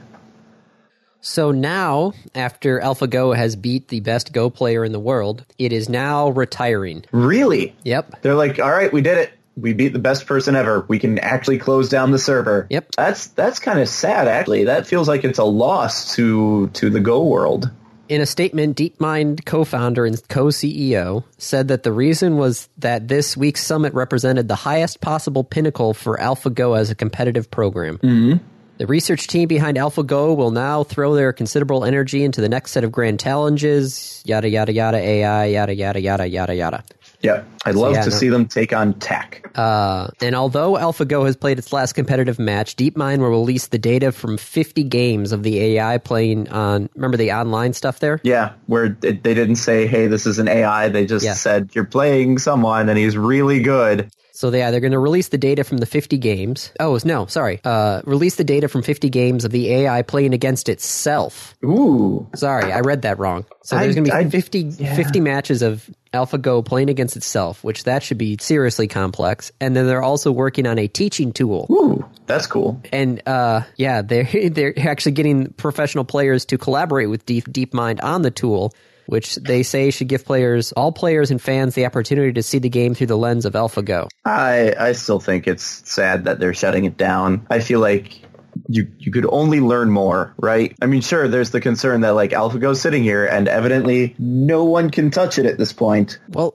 Speaker 1: So now, after AlphaGo has beat the best Go player in the world, it is now retiring.
Speaker 2: Really?
Speaker 1: Yep.
Speaker 2: They're like, all right, we did it. We beat the best person ever. We can actually close down the server.
Speaker 1: Yep.
Speaker 2: That's that's kind of sad, actually. That feels like it's a loss to to the Go world.
Speaker 1: In a statement, DeepMind co founder and co CEO said that the reason was that this week's summit represented the highest possible pinnacle for AlphaGo as a competitive program. Mm-hmm. The research team behind AlphaGo will now throw their considerable energy into the next set of grand challenges yada, yada, yada, AI, yada, yada, yada, yada, yada.
Speaker 2: Yep. I'd love
Speaker 1: yeah,
Speaker 2: to
Speaker 1: no.
Speaker 2: see them take on Tech.
Speaker 1: Uh, and although AlphaGo has played its last competitive match, DeepMind will release the data from 50 games of the AI playing on, remember the online stuff there?
Speaker 2: Yeah, where it, they didn't say, "Hey, this is an AI." They just
Speaker 1: Yeah.
Speaker 2: said, "You're playing someone, and he's really good."
Speaker 1: So yeah, they're going to release the data from the 50 games. Oh no, sorry. Uh, release the data from 50 games of the AI playing against itself.
Speaker 2: Ooh.
Speaker 1: Sorry, I read that wrong. So
Speaker 2: I-
Speaker 1: there's going to be
Speaker 2: I-
Speaker 1: 50,
Speaker 2: yeah.
Speaker 1: 50 matches of AlphaGo playing against itself, which that should be seriously complex. And then they're also working on a teaching tool.
Speaker 2: Ooh. That's cool.
Speaker 1: And uh, yeah, *laughs* they're they're actually getting professional players to collaborate with Deep DeepMind on the tool, which they say should give players, all players and fans, the opportunity to see the game through the lens of AlphaGo.
Speaker 2: I I still think it's sad that they're shutting it down. I feel like you you could only learn more, right? I mean, sure, there's the concern that like AlphaGo's sitting here and evidently no one can touch it at this point.
Speaker 1: Well,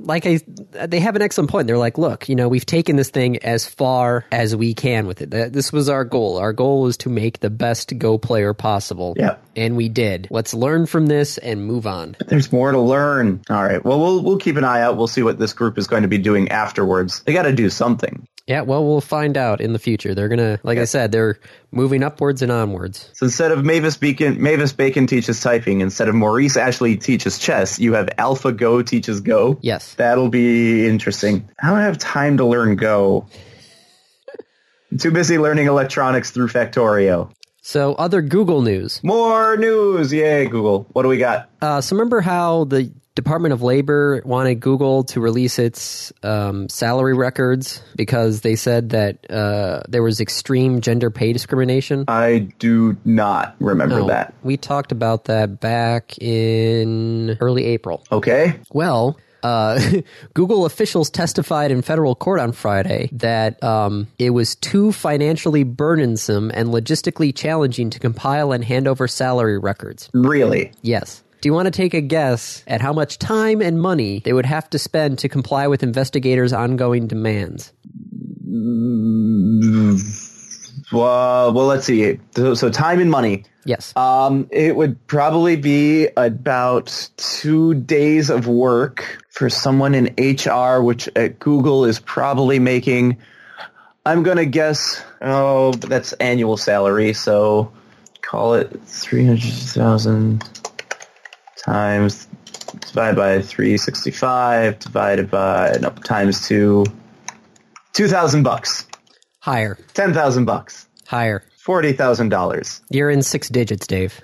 Speaker 1: like I, they have an excellent point. They're like, look, you know, we've taken this thing as far as we can with it. That- This was our goal. Our goal was to make the best Go player possible.
Speaker 2: Yeah.
Speaker 1: And we did. Let's learn from this and move on.
Speaker 2: There's more to learn. All right. Well, we'll we'll keep an eye out. We'll see what this group is going to be doing afterwards. They got to do something.
Speaker 1: Yeah, well, we'll find out in the future. They're going to, like I said, they're moving upwards and onwards.
Speaker 2: So instead of Mavis Beacon, Mavis Bacon teaches typing. Instead of Maurice Ashley teaches chess, you have AlphaGo teaches Go.
Speaker 1: Yes.
Speaker 2: That'll be interesting. I don't have time to learn Go. I'm too busy learning electronics through Factorio.
Speaker 1: So, other Google news.
Speaker 2: More news. Yay, Google. What do we got?
Speaker 1: Uh, so, remember how the Department of Labor wanted Google to release its um, salary records because they said that uh, there was extreme gender pay discrimination?
Speaker 2: I do not remember
Speaker 1: No,
Speaker 2: that.
Speaker 1: We talked about that back in early April.
Speaker 2: Okay.
Speaker 1: Well, uh, *laughs* Google officials testified in federal court on Friday that um, it was too financially burdensome and logistically challenging to compile and hand over salary records.
Speaker 2: Really?
Speaker 1: Yes. Do you want to take a guess at how much time and money they would have to spend to comply with investigators' ongoing demands?
Speaker 2: Well, well, let's see. So, so time and money.
Speaker 1: Yes.
Speaker 2: Um, it would probably be about two days of work for someone in HR, which at Google is probably making. I'm gonna guess. Oh, but that's annual salary, so call it three hundred thousand times divided by three sixty-five divided by no times two. Two thousand bucks.
Speaker 1: higher.
Speaker 2: Ten thousand bucks.
Speaker 1: Higher.
Speaker 2: Forty thousand dollars.
Speaker 1: You're in six digits, Dave.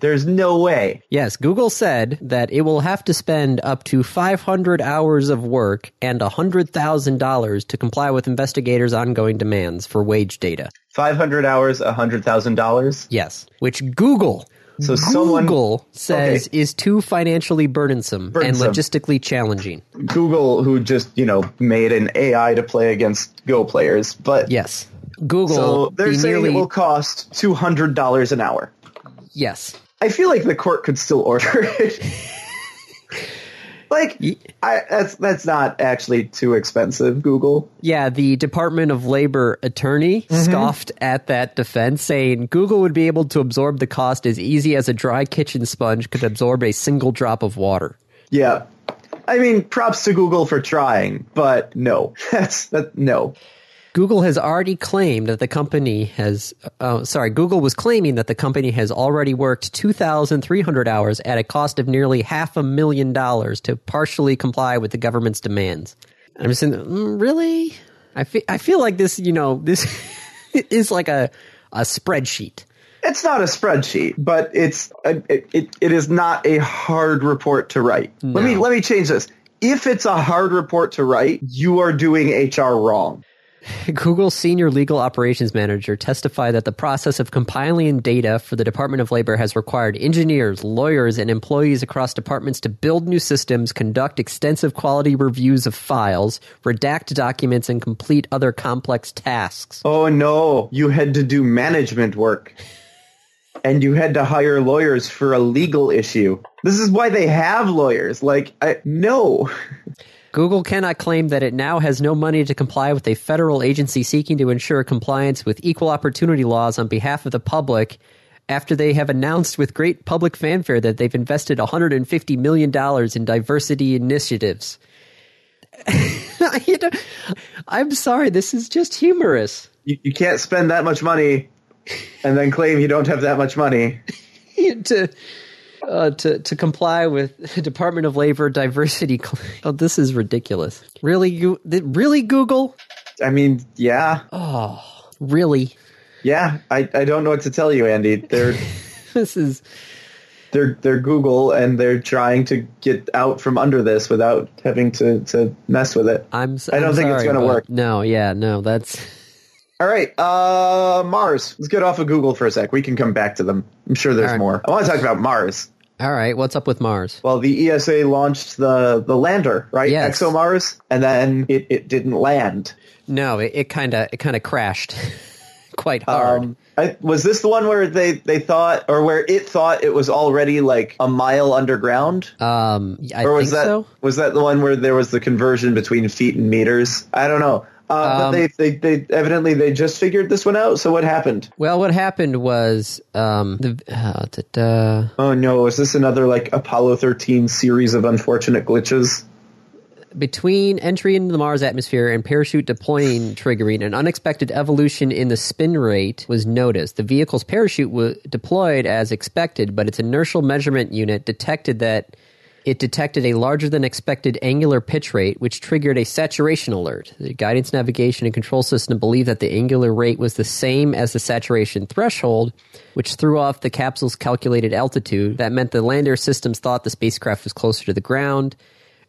Speaker 2: There's no way.
Speaker 1: Yes, Google said that it will have to spend up to 500 hours of work and $100,000 to comply with investigators' ongoing demands for wage data.
Speaker 2: 500 hours, $100,000.
Speaker 1: Yes, which Google
Speaker 2: So someone
Speaker 1: Google says is too financially burdensome,
Speaker 2: Burdensome.
Speaker 1: and logistically challenging.
Speaker 2: Google who just, you know, made an AI to play against Go players, but
Speaker 1: Yes. Google
Speaker 2: so they're
Speaker 1: the
Speaker 2: saying
Speaker 1: nearly
Speaker 2: it will cost $200 an hour.
Speaker 1: yes.
Speaker 2: I feel like the court could still order *laughs* it. like I that's that's not actually too expensive, Google.
Speaker 1: Yeah, the Department of Labor attorney scoffed at that defense, saying Google would be able to absorb the cost as easy as a dry kitchen sponge could absorb a single drop of water.
Speaker 2: Yeah. I mean, props to Google for trying, but no. *laughs* That's that no.
Speaker 1: Google has already claimed that the company has, uh, sorry, Google was claiming that the company has already worked 2,300 hours at a cost of nearly half a million dollars to partially comply with the government's demands. I'm just saying, mm, really? I feel, I feel like this, you know, this *laughs* is like a, a spreadsheet.
Speaker 2: It's not a spreadsheet, but it's a, it, it, it is not a hard report to write. Let me let me change this. If it's a hard report to write, you are doing HR wrong.
Speaker 1: *laughs* Google's senior legal operations manager testified that the process of compiling data for the Department of Labor has required engineers, lawyers, and employees across departments to build new systems, conduct extensive quality reviews of files, redact documents, and complete other complex tasks.
Speaker 2: Oh no, you had to do management work. And you had to hire lawyers for a legal issue. This is why they have lawyers. Like, I, no.
Speaker 1: Google cannot claim that it now has no money to comply with a federal agency seeking to ensure compliance with equal opportunity laws on behalf of the public after they have announced with great public fanfare that they've invested $150 million in diversity initiatives. *laughs* You know, I'm sorry, this is just humorous. *laughs*
Speaker 2: You, you can't spend that much money and then claim you don't have that much money.
Speaker 1: to, uh, to to comply with *laughs* Department of Labor diversity. cl- *laughs* Oh, this is ridiculous. Really, you th- really Google?
Speaker 2: I mean, yeah,
Speaker 1: Oh, really? *laughs*
Speaker 2: yeah. I, I don't know what to tell you, Andy. They're
Speaker 1: This is
Speaker 2: they're they're Google and they're trying to get out from under this without having to to mess with it.
Speaker 1: I'm. s-
Speaker 2: I don't
Speaker 1: I'm
Speaker 2: think it's
Speaker 1: sorry,
Speaker 2: gonna
Speaker 1: but
Speaker 2: work.
Speaker 1: No, yeah, no. That's
Speaker 2: All right, uh, Mars. Let's get off of Google for a sec. We can come back to them. I'm sure there's
Speaker 1: All right.
Speaker 2: more. I want to talk about Mars.
Speaker 1: all right. What's up with Mars?
Speaker 2: Well, the ESA launched the the lander, right?
Speaker 1: Yes.
Speaker 2: ExoMars, and then it, it didn't land.
Speaker 1: No, it- it kind of it kind of crashed *laughs* quite hard.
Speaker 2: Um, I, was this the one where they, they thought, or where it thought it was already like a mile underground?
Speaker 1: Um, I
Speaker 2: or was
Speaker 1: think
Speaker 2: that
Speaker 1: so.
Speaker 2: was that the one where there was the conversion between feet and meters? I don't know. Uh, but
Speaker 1: Um,
Speaker 2: they, they, they evidently they just figured this one out. So what happened?
Speaker 1: Well, what happened was um, the uh, da, da,
Speaker 2: Oh no! Is this another like Apollo thirteen series of unfortunate glitches?
Speaker 1: between entry into the Mars atmosphere and parachute deploying *laughs* triggering, an unexpected evolution in the spin rate was noticed. The vehicle's parachute was deployed as expected, but its inertial measurement unit detected that it detected a larger than expected angular pitch rate, which triggered a saturation alert. The guidance, navigation, and control system believed that the angular rate was the same as the saturation threshold, which threw off the capsule's calculated altitude. That meant the lander systems thought the spacecraft was closer to the ground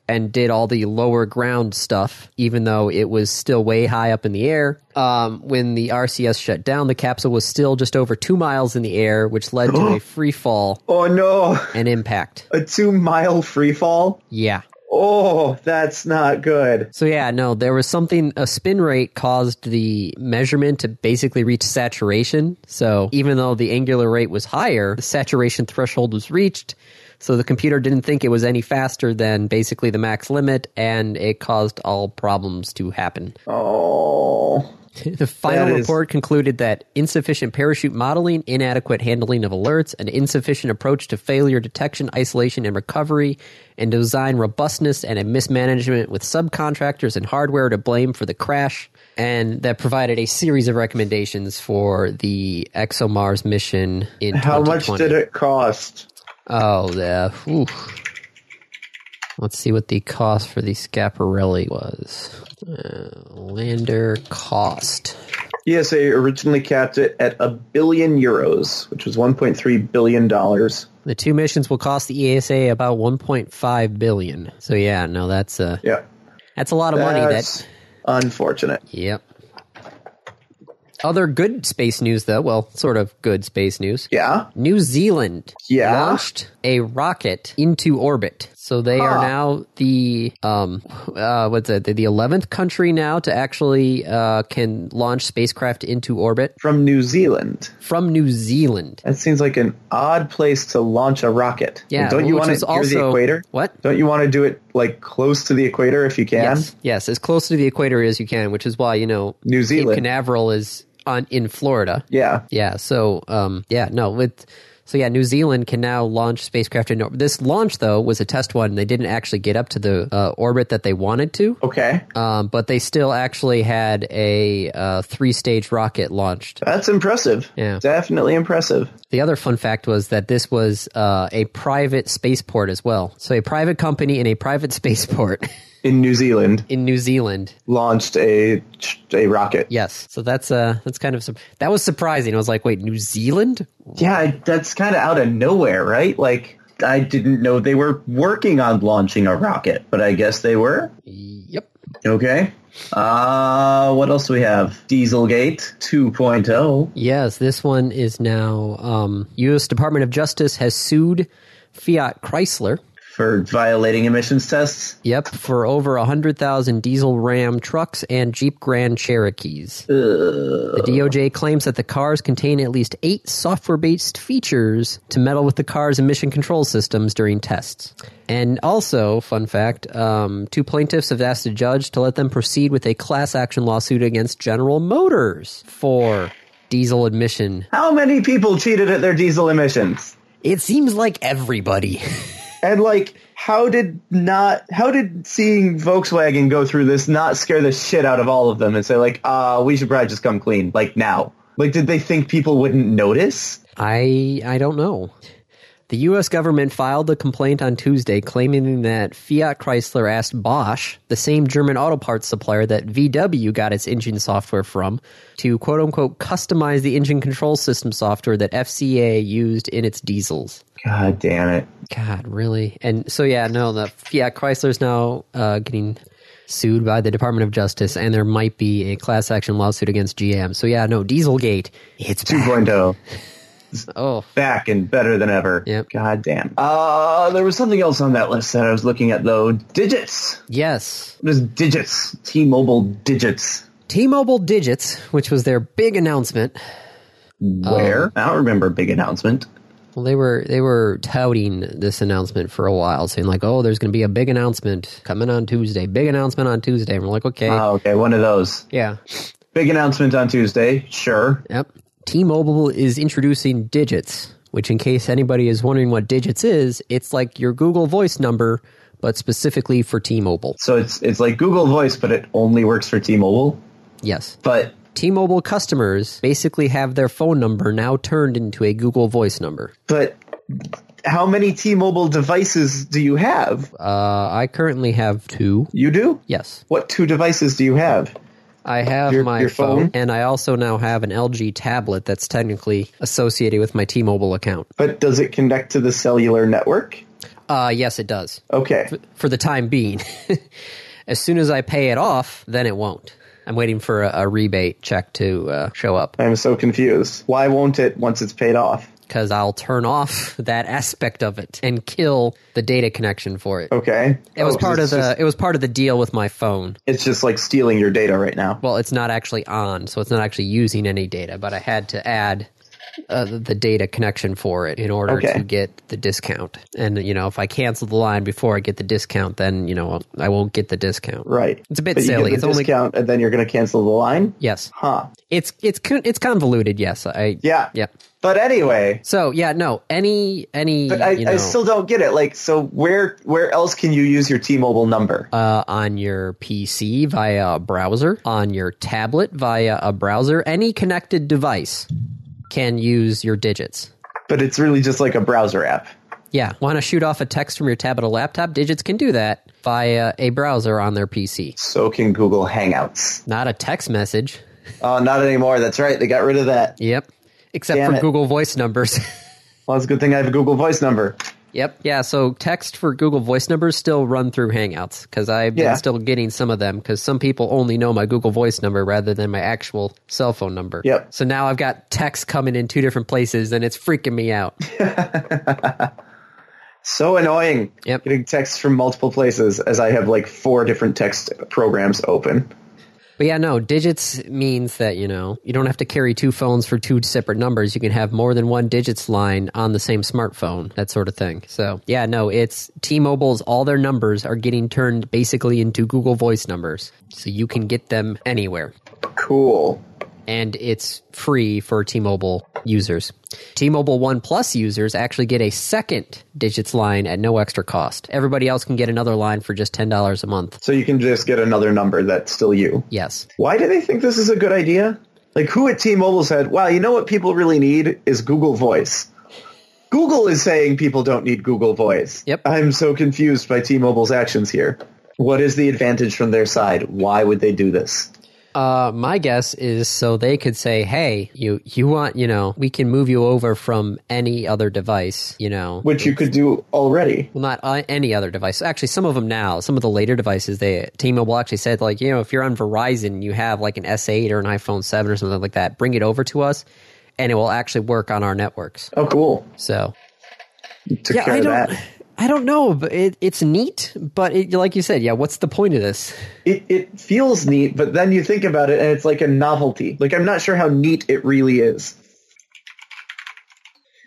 Speaker 1: and did all the lower ground stuff, even though it was still way high up in the air. Um, when the RCS shut down, the capsule was still just over two miles in the air, which led to a free fall
Speaker 2: Oh no!
Speaker 1: and impact.
Speaker 2: A two mile free fall.
Speaker 1: Yeah.
Speaker 2: Oh, that's not good.
Speaker 1: So yeah, no, there was something a spin rate caused the measurement to basically reach saturation. So even though the angular rate was higher, the saturation threshold was reached. So the computer didn't think it was any faster than basically the max limit and it caused all problems to happen.
Speaker 2: Oh,
Speaker 1: The final
Speaker 2: That is-
Speaker 1: report concluded that insufficient parachute modeling, inadequate handling of alerts, an insufficient approach to failure detection, isolation, and recovery, and design robustness, and a mismanagement with subcontractors and hardware to blame for the crash. And that provided a series of recommendations for the ExoMars mission in
Speaker 2: how much
Speaker 1: 2020.
Speaker 2: did it cost?
Speaker 1: Oh, the. oof. Let's see what the cost for the Scaparelli was. Uh, lander cost.
Speaker 2: ESA E originally capped it at a billion euros, which was 1.3 billion dollars.
Speaker 1: The two missions will cost the ESA about 1.5 billion. So yeah, no, that's a
Speaker 2: Yeah,
Speaker 1: that's a lot of money.
Speaker 2: that's
Speaker 1: That
Speaker 2: unfortunate.
Speaker 1: yep. Other good space news, though. Well, sort of good space news.
Speaker 2: Yeah.
Speaker 1: New Zealand
Speaker 2: Yeah?
Speaker 1: launched a rocket into orbit. So they are now the um uh, what's that? The eleventh country now to actually uh, can launch spacecraft into orbit
Speaker 2: From New Zealand.
Speaker 1: from New Zealand.
Speaker 2: That seems like an odd place to launch a rocket.
Speaker 1: Yeah,
Speaker 2: Don't you
Speaker 1: which
Speaker 2: want
Speaker 1: was
Speaker 2: it near the
Speaker 1: also-
Speaker 2: equator?
Speaker 1: What?
Speaker 2: Don't you want to do it like close to the equator if you can?
Speaker 1: Yes, yes, as close to the equator as you can, which is why you know
Speaker 2: New
Speaker 1: Cape
Speaker 2: Zealand.
Speaker 1: Canaveral is on in Florida.
Speaker 2: Yeah.
Speaker 1: Yeah, so um, yeah, no, with so yeah, New Zealand can now launch spacecraft in orbit. This launch though was a test one; they didn't actually get up to the uh, orbit that they wanted to,
Speaker 2: Okay.
Speaker 1: um, but they still actually had a uh, three-stage rocket launched.
Speaker 2: That's impressive.
Speaker 1: Yeah.
Speaker 2: Definitely impressive.
Speaker 1: The other fun fact was that this was uh, a private spaceport as well, so a private company in a private *laughs* spaceport
Speaker 2: In New Zealand,
Speaker 1: in New Zealand
Speaker 2: launched a a rocket.
Speaker 1: Yes. So that's uh that's kind of sur- that was surprising. I was like, wait, New Zealand?
Speaker 2: Yeah, I- that's kind of out of nowhere, right? Like I didn't know they were working on launching a rocket, but I guess they were.
Speaker 1: Yep.
Speaker 2: Okay. Uh, what else do we have? Dieselgate oh. 2.0.
Speaker 1: Yes, this one is now um US Department of Justice has sued Fiat Chrysler.
Speaker 2: for violating emissions tests.
Speaker 1: Yep, for over 100,000 diesel Ram trucks and Jeep Grand Cherokees. The DOJ claims that the cars contain at least eight software based features to meddle with the car's emission control systems during tests. And also, fun fact um, two plaintiffs have asked a judge to let them proceed with a class action lawsuit against General Motors for diesel emission.
Speaker 2: How many people cheated at their diesel emissions?
Speaker 1: It seems like everybody. *laughs*
Speaker 2: And like, how did not? How did seeing Volkswagen go through this not scare the shit out of all of them and say like, uh, we should probably just come clean, like now? Like, did they think people wouldn't notice?
Speaker 1: I I don't know. The U.S. government filed a complaint on Tuesday claiming that Fiat Chrysler asked Bosch, the same German auto parts supplier that VW got its engine software from, to quote unquote customize the engine control system software that FCA used in its diesels.
Speaker 2: God damn it.
Speaker 1: God, really? And so, yeah, no, the Fiat Chrysler's now uh, getting sued by the Department of Justice, and there might be a class action lawsuit against GM. So, yeah, no, Dieselgate, it's back.
Speaker 2: 2.0.
Speaker 1: Oh,
Speaker 2: Back and better than ever.
Speaker 1: Yep.
Speaker 2: God damn. Uh, there was something else on that list that I was looking at, though. Digits.
Speaker 1: yes.
Speaker 2: What is digits? T-Mobile digits.
Speaker 1: T-Mobile Digits, which was their big announcement.
Speaker 2: Where? I don't remember a big announcement.
Speaker 1: Well, they were they were touting this announcement for a while, saying like, "Oh, there's going to be a big announcement coming on Tuesday. Big announcement on Tuesday." And we're like, "Okay,
Speaker 2: Oh, okay, one of those.
Speaker 1: yeah,
Speaker 2: Big announcement on Tuesday, sure.
Speaker 1: yep." T-Mobile is introducing Digits, which, in case anybody is wondering what Digits is, it's like your Google Voice number, but specifically for T-Mobile.
Speaker 2: So it's it's like Google Voice, but it only works for T-Mobile.
Speaker 1: Yes,
Speaker 2: But
Speaker 1: T-Mobile customers basically have their phone number now turned into a Google Voice number.
Speaker 2: but how many T-Mobile devices do you have?
Speaker 1: Uh, I currently have two.
Speaker 2: You do?
Speaker 1: Yes,
Speaker 2: What two devices do you have?
Speaker 1: I have
Speaker 2: Your-
Speaker 1: my
Speaker 2: your phone?
Speaker 1: and I also now have an LG tablet that's technically associated with my T-Mobile account.
Speaker 2: But does it connect to the cellular network?
Speaker 1: Uh, yes, it does
Speaker 2: Okay.
Speaker 1: for the time being. *laughs* as soon as I pay it off, then it won't. I'm waiting for a, a rebate check to uh, show up
Speaker 2: I'm so confused. Why won't it once it's paid off?
Speaker 1: because I'll turn off *laughs* that aspect of it and kill the data connection for it.
Speaker 2: Okay.
Speaker 1: It was
Speaker 2: Oh, 'cause
Speaker 1: part of
Speaker 2: it's
Speaker 1: the
Speaker 2: just-
Speaker 1: it was part of the deal with my phone.
Speaker 2: it's just like stealing your data right now.
Speaker 1: Well, it's not actually on, so it's not actually using any data, but I had to add uh, the data connection for it in order
Speaker 2: Okay.
Speaker 1: to get the discount. And you know, if I cancel the line before I get the discount, then you know I won't get the discount.
Speaker 2: Right.
Speaker 1: It's a bit
Speaker 2: But you get
Speaker 1: silly.
Speaker 2: the
Speaker 1: It's only-
Speaker 2: discount, and then you're going to cancel the line.
Speaker 1: Yes,
Speaker 2: Huh.
Speaker 1: it's it's con- it's convoluted. Yes, I
Speaker 2: Yeah.
Speaker 1: yeah.
Speaker 2: But anyway,
Speaker 1: So yeah, no, any any
Speaker 2: but I,
Speaker 1: you know
Speaker 2: I still don't get it. Like, so where where else can you use your T-Mobile number?
Speaker 1: uh, on your PC via a browser, on your tablet via a browser, any connected device can use your digits.
Speaker 2: But it's really just like a browser app.
Speaker 1: Yeah, want to shoot off a text from your tablet or laptop? Digits can do that via a browser on their PC.
Speaker 2: So can Google Hangouts.
Speaker 1: Not a text message.
Speaker 2: Oh, not anymore. That's right. They got rid of that.
Speaker 1: Yep. Except
Speaker 2: Damn
Speaker 1: for
Speaker 2: it.
Speaker 1: Google Voice numbers. *laughs*
Speaker 2: Well, it's a good thing I have a Google Voice number.
Speaker 1: yep. Yeah, so text for Google Voice numbers still run through Hangouts cuz I've
Speaker 2: Yeah.
Speaker 1: been still getting some of them cuz some people only know my Google Voice number rather than my actual cell phone number.
Speaker 2: Yep.
Speaker 1: So now I've got text coming in two different places and it's freaking me out.
Speaker 2: So annoying.
Speaker 1: Yep.
Speaker 2: Getting texts from multiple places as I have like four different text programs open.
Speaker 1: But yeah, no, digits means that, you know, you don't have to carry two phones for two separate numbers. You can have more than one digits line on the same smartphone, that sort of thing. So, yeah, no, it's T Mobile's, all their numbers are getting turned basically into Google Voice numbers. So you can get them anywhere.
Speaker 2: Cool.
Speaker 1: And it's free for T Mobile users. T Mobile One Plus users actually get a second digits line at no extra cost. Everybody else can get another line for just $10 a month.
Speaker 2: So you can just get another number that's still you.
Speaker 1: Yes.
Speaker 2: Why do they think this is a good idea? Like, who at T-Mobile said, wow, you know what people really need is Google Voice? Google is saying people don't need Google Voice.
Speaker 1: Yep.
Speaker 2: I'm so confused by T-Mobile's actions here. What is the advantage from their side? Why would they do this?
Speaker 1: Uh, my guess is so they could say, "Hey, you you want you know we can move you over from any other device, you know, well
Speaker 2: Which you could do already.
Speaker 1: not uh, any other device. Actually, some of them now, some of the later devices, they T-Mobile actually said like you know if you're on Verizon, you have like an S8 or an iPhone 7 or something like that, bring it over to us, and it will actually work on our networks.
Speaker 2: Oh, cool.
Speaker 1: So
Speaker 2: Took
Speaker 1: yeah,
Speaker 2: care
Speaker 1: I
Speaker 2: of
Speaker 1: don't.
Speaker 2: that.
Speaker 1: I don't know, but it, it's neat. But it, like you said, yeah. What's the point of this?
Speaker 2: It, it feels neat, but then you think about it and it's like a novelty. Like, I'm not sure how neat it really is.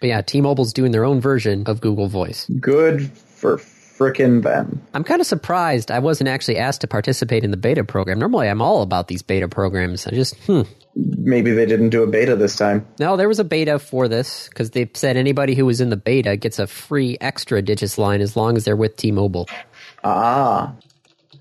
Speaker 1: But yeah, T-Mobile's doing their own version of Google Voice.
Speaker 2: Good for frickin' them.
Speaker 1: I'm kind of surprised I wasn't actually asked to participate in the beta program. Normally, I'm all about these beta programs. I just, hmm.
Speaker 2: Maybe they didn't do a beta this time.
Speaker 1: No, there was a beta for this because they said anybody who was in the beta gets a free extra digits line as long as they're with T Mobile.
Speaker 2: Ah.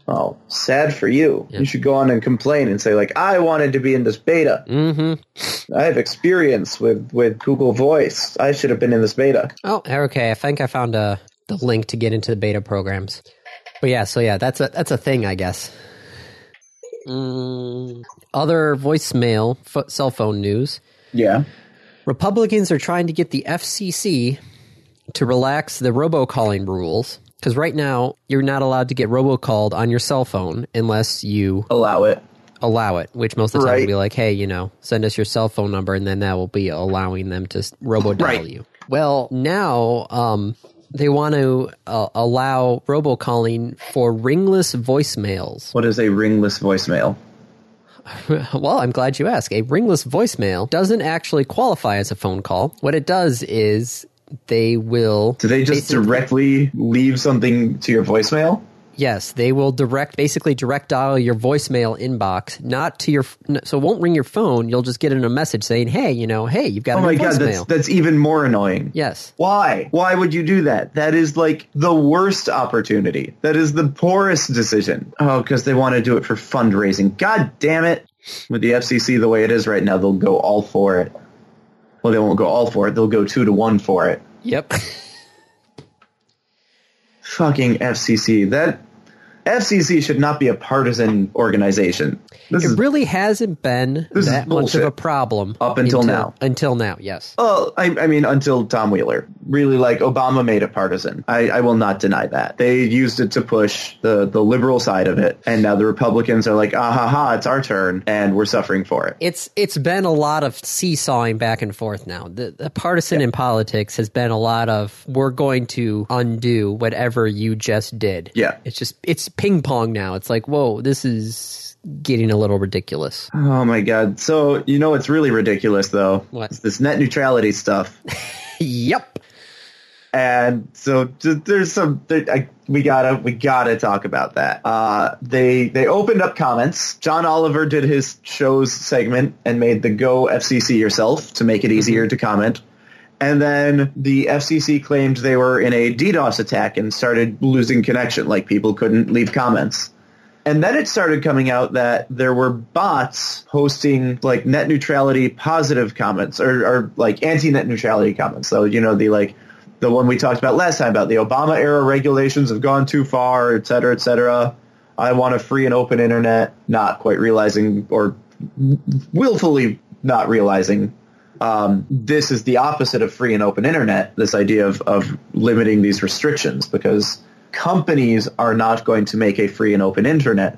Speaker 2: Oh, sad for you.
Speaker 1: Yeah.
Speaker 2: You should go on and complain and say like, I wanted to be in this beta.
Speaker 1: Mm-hmm.
Speaker 2: I have experience with, with Google Voice. I should have been in this beta.
Speaker 1: Oh, okay. I think I found uh, the link to get into the beta programs. But yeah, so yeah, that's a that's a thing, I guess. Mm, other voicemail f- cell phone news.
Speaker 2: Yeah.
Speaker 1: Republicans are trying to get the FCC to relax the robocalling rules because right now you're not allowed to get robocalled on your cell phone unless you
Speaker 2: Allow it.
Speaker 1: allow it, which most of the time
Speaker 2: Right.
Speaker 1: will be like, hey, you know, send us your cell phone number, and then that will be allowing them to robo dial
Speaker 2: Right.
Speaker 1: you. Well, now um, they want to uh, allow robocalling for ringless voicemails.
Speaker 2: What is a ringless voicemail?
Speaker 1: well, I'm glad you asked. A ringless voicemail doesn't actually qualify as a phone call. What it does is they will
Speaker 2: Do they just directly leave something to your voicemail?
Speaker 1: Yes, they will direct, basically direct dial your voicemail inbox, not to your. n- So it won't ring your phone. You'll just get in a message saying, "Hey, you know, hey, you've got
Speaker 2: Oh
Speaker 1: a
Speaker 2: my
Speaker 1: new
Speaker 2: god, that's
Speaker 1: voicemail."
Speaker 2: that's even more annoying.
Speaker 1: yes,
Speaker 2: Why? Why would you do that? That is like the worst opportunity. That is the poorest decision. Oh, because they want to do it for fundraising. God damn it. With the FCC the way it is right now, they'll go all for it. Well, they won't go all for it. They'll go two to one for it.
Speaker 1: yep,
Speaker 2: Fucking FCC. That FCC should not be a partisan organization. This
Speaker 1: it
Speaker 2: is,
Speaker 1: really hasn't been
Speaker 2: This is
Speaker 1: that much of
Speaker 2: bullshit.
Speaker 1: a problem
Speaker 2: Up until now.
Speaker 1: Until now, yes.
Speaker 2: well, I, I mean, until Tom Wheeler. Really, like, Obama made it partisan. I, I will not deny that. They used it to push the, the liberal side of it, and now the Republicans are like, ah, ha, ha, it's our turn, and we're suffering for it.
Speaker 1: It's it's been a lot of seesawing back and forth now. The, the partisan in politics has been a lot of we're going to undo whatever you just did.
Speaker 2: Yeah.
Speaker 1: it's just it's ping pong now. It's like whoa, this is getting a little ridiculous.
Speaker 2: Oh, my God. So, you know what's really ridiculous, though?
Speaker 1: What?
Speaker 2: It's this net neutrality stuff.
Speaker 1: yep.
Speaker 2: and so th- there's some there, I, we gotta we gotta talk about that uh they they opened up comments john oliver did his show's segment and made the go fcc yourself to make it easier to comment and then the FCC claimed they were in a DDoS attack and started losing connection, like people couldn't leave comments. And then it started coming out that there were bots posting like net neutrality positive comments or, or like anti-net neutrality comments. So, you know, the like the one we talked about last time about the Obama era regulations have gone too far, et cetera, et cetera. I want a free and open internet, not quite realizing or willfully not realizing um, this is the opposite of free and open internet, this idea of, of limiting these restrictions because companies are not going to make a free and open internet.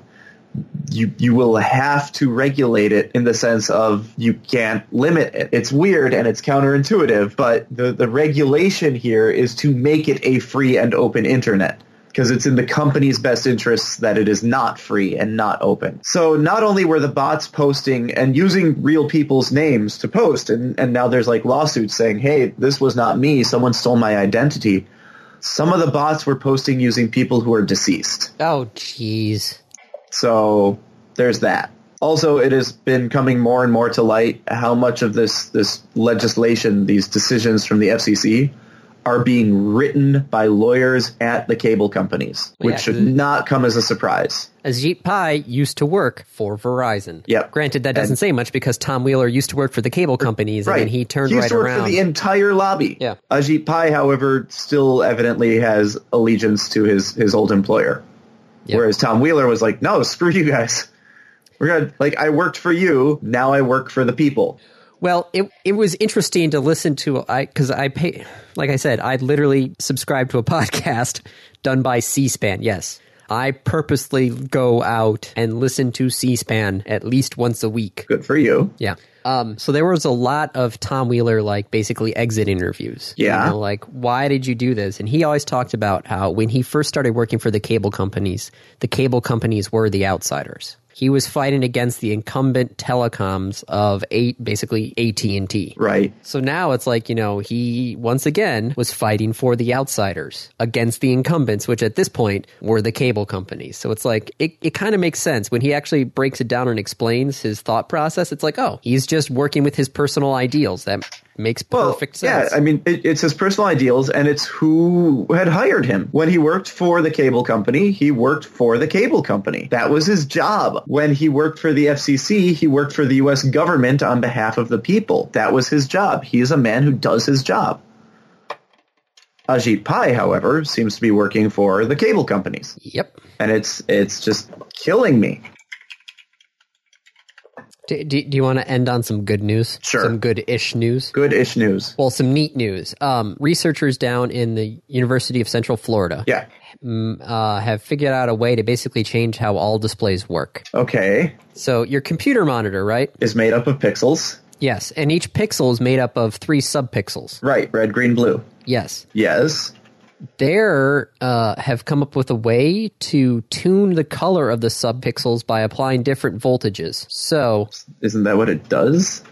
Speaker 2: You, you will have to regulate it in the sense of you can't limit it. It's weird and it's counterintuitive, but the, the regulation here is to make it a free and open internet because it's in the company's best interests that it is not free and not open. So not only were the bots posting and using real people's names to post, and, and now there's like lawsuits saying, hey, this was not me, someone stole my identity. Some of the bots were posting using people who are deceased.
Speaker 1: Oh, jeez.
Speaker 2: So there's that. Also, it has been coming more and more to light how much of this, this legislation, these decisions from the FCC, are being written by lawyers at the cable companies,
Speaker 1: Well,
Speaker 2: which
Speaker 1: yeah,
Speaker 2: should
Speaker 1: the-
Speaker 2: not come as a surprise.
Speaker 1: Ajit Pai used to work for Verizon.
Speaker 2: Yep.
Speaker 1: Granted, that doesn't say much because Tom Wheeler used to work for the cable companies, and then he turned
Speaker 2: used
Speaker 1: right
Speaker 2: to work
Speaker 1: around.
Speaker 2: for the entire lobby.
Speaker 1: Yeah.
Speaker 2: Ajit Pai, however, still evidently has allegiance to his, his old employer.
Speaker 1: Yep.
Speaker 2: Whereas Tom Wheeler was like, no, screw you guys. We're gonna, like, I worked for you, now I work for the people.
Speaker 1: well, it it was interesting to listen to. I because I pay, like I said, I literally subscribe to a *laughs* podcast done by C-SPAN. Yes, I purposely go out and listen to C-SPAN at least once a week.
Speaker 2: Good for you.
Speaker 1: Yeah. Um, so there was a lot of Tom Wheeler, like basically exit interviews.
Speaker 2: Yeah.
Speaker 1: You know, like, why did you do this? And he always talked about how when he first started working for the cable companies, the cable companies were the outsiders. He was fighting against the incumbent telecoms of eight, basically AT and T.
Speaker 2: Right.
Speaker 1: So now it's like, you know, he once again was fighting for the outsiders against the incumbents, which at this point were the cable companies. So it's like, it, it kind of makes sense. When he actually breaks it down and explains his thought process, it's like, oh, he's just working with his personal ideals. That makes perfect sense.
Speaker 2: Yeah, I mean, it, it's his personal ideals, and it's who had hired him. When he worked for the cable company, he worked for the cable company. That was his job. When he worked for the FCC, he worked for the U.S. government on behalf of the people. That was his job. He is a man who does his job. Ajit Pai, however, seems to be working for the cable companies,
Speaker 1: yep.
Speaker 2: and it's it's just killing me.
Speaker 1: Do, do, do you want to end on some good news?
Speaker 2: Sure.
Speaker 1: Some good ish news?
Speaker 2: Good-ish news.
Speaker 1: Well, some neat news. Um, researchers down in the University of Central Florida
Speaker 2: Yeah.
Speaker 1: mm, uh, have figured out a way to basically change how all displays work.
Speaker 2: Okay.
Speaker 1: So your computer monitor, right?
Speaker 2: Is made up of pixels.
Speaker 1: Yes, and each pixel is made up of three subpixels.
Speaker 2: Right. Red, green, blue.
Speaker 1: Yes,
Speaker 2: Yes.
Speaker 1: there uh, have come up with a way to tune the color of the subpixels by applying different voltages. So
Speaker 2: Isn't that what it does?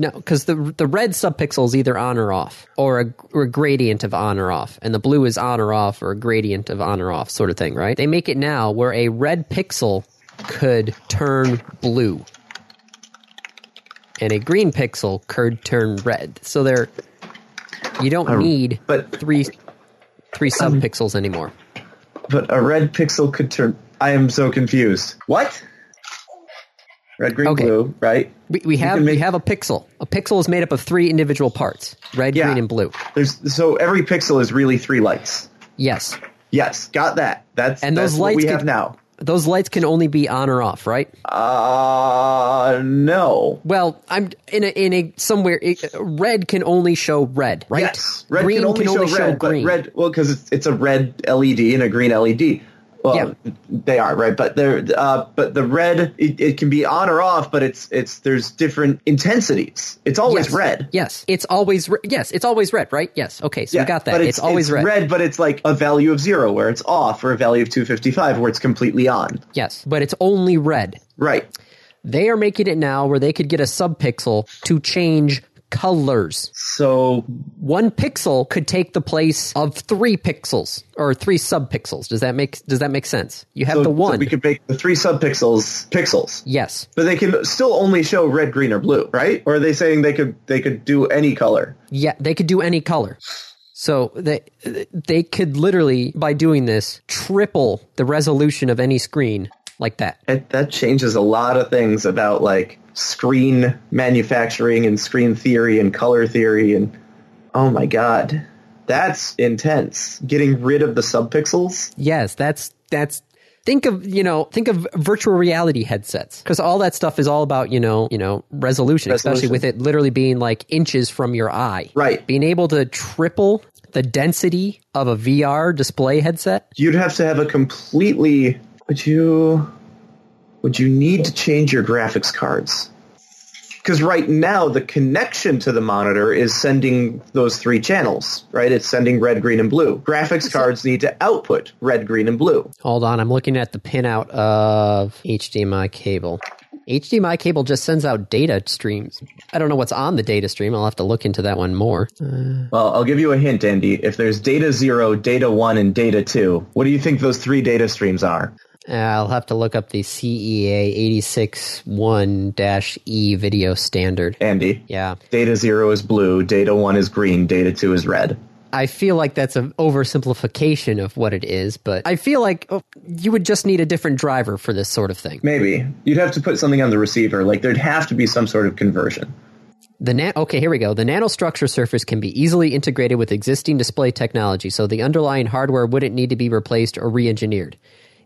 Speaker 1: no, because the the red subpixel is either on or off, or a, or a gradient of on or off, and the blue is on or off, or a gradient of on or off, sort of thing, right? They make it now where a red pixel could turn blue, and a green pixel could turn red. So they're you don't need
Speaker 2: Um, But Um,
Speaker 1: three three subpixels anymore.
Speaker 2: but a red pixel could turn. I am so confused. What? Red, green,
Speaker 1: Okay.
Speaker 2: blue, right?
Speaker 1: We, we have
Speaker 2: can
Speaker 1: we
Speaker 2: make-
Speaker 1: have a pixel. A pixel is made up of three individual parts: red,
Speaker 2: Yeah.
Speaker 1: green, and blue.
Speaker 2: There's so every pixel is really three lights.
Speaker 1: Yes,
Speaker 2: Yes, got that. That's
Speaker 1: And
Speaker 2: that's
Speaker 1: those
Speaker 2: what
Speaker 1: lights
Speaker 2: we
Speaker 1: could-
Speaker 2: have now.
Speaker 1: those lights can only be on or off, right?
Speaker 2: Uh no.
Speaker 1: Well, I'm in a in a somewhere. It, red can only show red, right?
Speaker 2: Yes, red can only show red,
Speaker 1: green.
Speaker 2: but red. Well, because it's it's a red LED and a green LED. Well, they are right, but they're uh, but the red it, it can be on or off, but it's it's there's different intensities. It's always
Speaker 1: yes.
Speaker 2: red.
Speaker 1: Yes, it's always re- yes, it's always red, right? Yes. Okay, so we got that.
Speaker 2: But
Speaker 1: It's, always red.
Speaker 2: but it's like a value of zero where it's off, or a value of 255 where it's completely on.
Speaker 1: Yes, but it's only red.
Speaker 2: Right.
Speaker 1: They are making it now where they could get a subpixel to change colors.
Speaker 2: So
Speaker 1: One pixel could take the place of three pixels or three subpixels. Does that make does that make sense? You have
Speaker 2: so
Speaker 1: the one.
Speaker 2: we could make the three subpixels pixels,
Speaker 1: yes.
Speaker 2: but they can still only show red, green, or blue, right? Or are they saying they could they could do any color?
Speaker 1: Yeah, they could do any color. So they they could literally by doing this triple the resolution of any screen like that.
Speaker 2: That that changes a lot of things about like screen manufacturing and screen theory and color theory and oh my god. That's intense. Getting rid of the subpixels?
Speaker 1: Yes, that's that's think of, you know, think of virtual reality headsets cuz all that stuff is all about, you know, you know, resolution, especially
Speaker 2: Resolution.
Speaker 1: with it literally being like inches from your eye.
Speaker 2: Right.
Speaker 1: Being able to triple the density of a VR display headset?
Speaker 2: you'd have to have a completely would you would you need to change your graphics cards because right now the connection to the monitor is sending those three channels right it's sending red green and blue graphics cards need to output red green and blue
Speaker 1: Hold on, I'm looking at the pinout of HDMI cable. HDMI cable just sends out data streams. I don't know what's on the data stream. I'll have to look into that one more.
Speaker 2: well i'll give you a hint andy if there's data 0 data 1 and data 2 what do you think those three data streams are
Speaker 1: Uh, I'll have to look up the E CEA 861-E E video standard.
Speaker 2: andy
Speaker 1: Yeah.
Speaker 2: data 0 is blue data 1 is green data 2 is red
Speaker 1: I feel like that's an oversimplification of what it is, but I feel like oh, you would just need a different driver for this sort of thing.
Speaker 2: Maybe. You'd have to put something on the receiver. Like, there'd have to be some sort of conversion.
Speaker 1: The na- okay, here we go. The nanostructure surface can be easily integrated with existing display technology, so the underlying hardware wouldn't need to be replaced or re-engineered.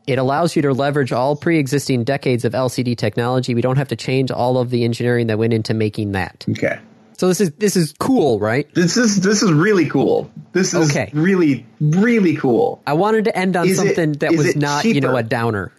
Speaker 1: It allows you to leverage all pre-existing decades of LCD technology. We don't have to change all of the engineering that went into making that.
Speaker 2: Okay.
Speaker 1: So this is this is cool, right?
Speaker 2: This is this is really cool. This is
Speaker 1: Okay.
Speaker 2: really really cool.
Speaker 1: I wanted to end on
Speaker 2: Is it-
Speaker 1: something that
Speaker 2: is
Speaker 1: was
Speaker 2: it
Speaker 1: not, you know,
Speaker 2: cheaper?
Speaker 1: a downer.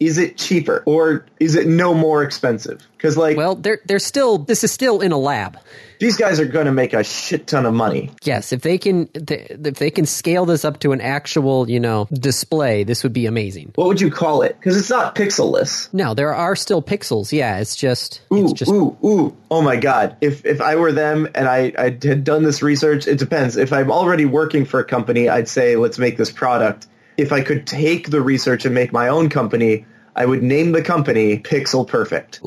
Speaker 2: is it cheaper or is it no more expensive? Because like
Speaker 1: Well, they're they're still. This is still in a lab.
Speaker 2: these guys are going to make a shit ton of money.
Speaker 1: Yes, if they can, th- if they can scale this up to an actual, you know, display, this would be amazing.
Speaker 2: What would you call it? Because it's not pixelless.
Speaker 1: No, there are still pixels. Yeah, it's just, it's
Speaker 2: Ooh,
Speaker 1: just.
Speaker 2: ooh, ooh! Oh my God! If if I were them and I, I had done this research, it depends. If I'm already working for a company, I'd say let's make this product. If I could take the research and make my own company, I would name the company Pixel Perfect.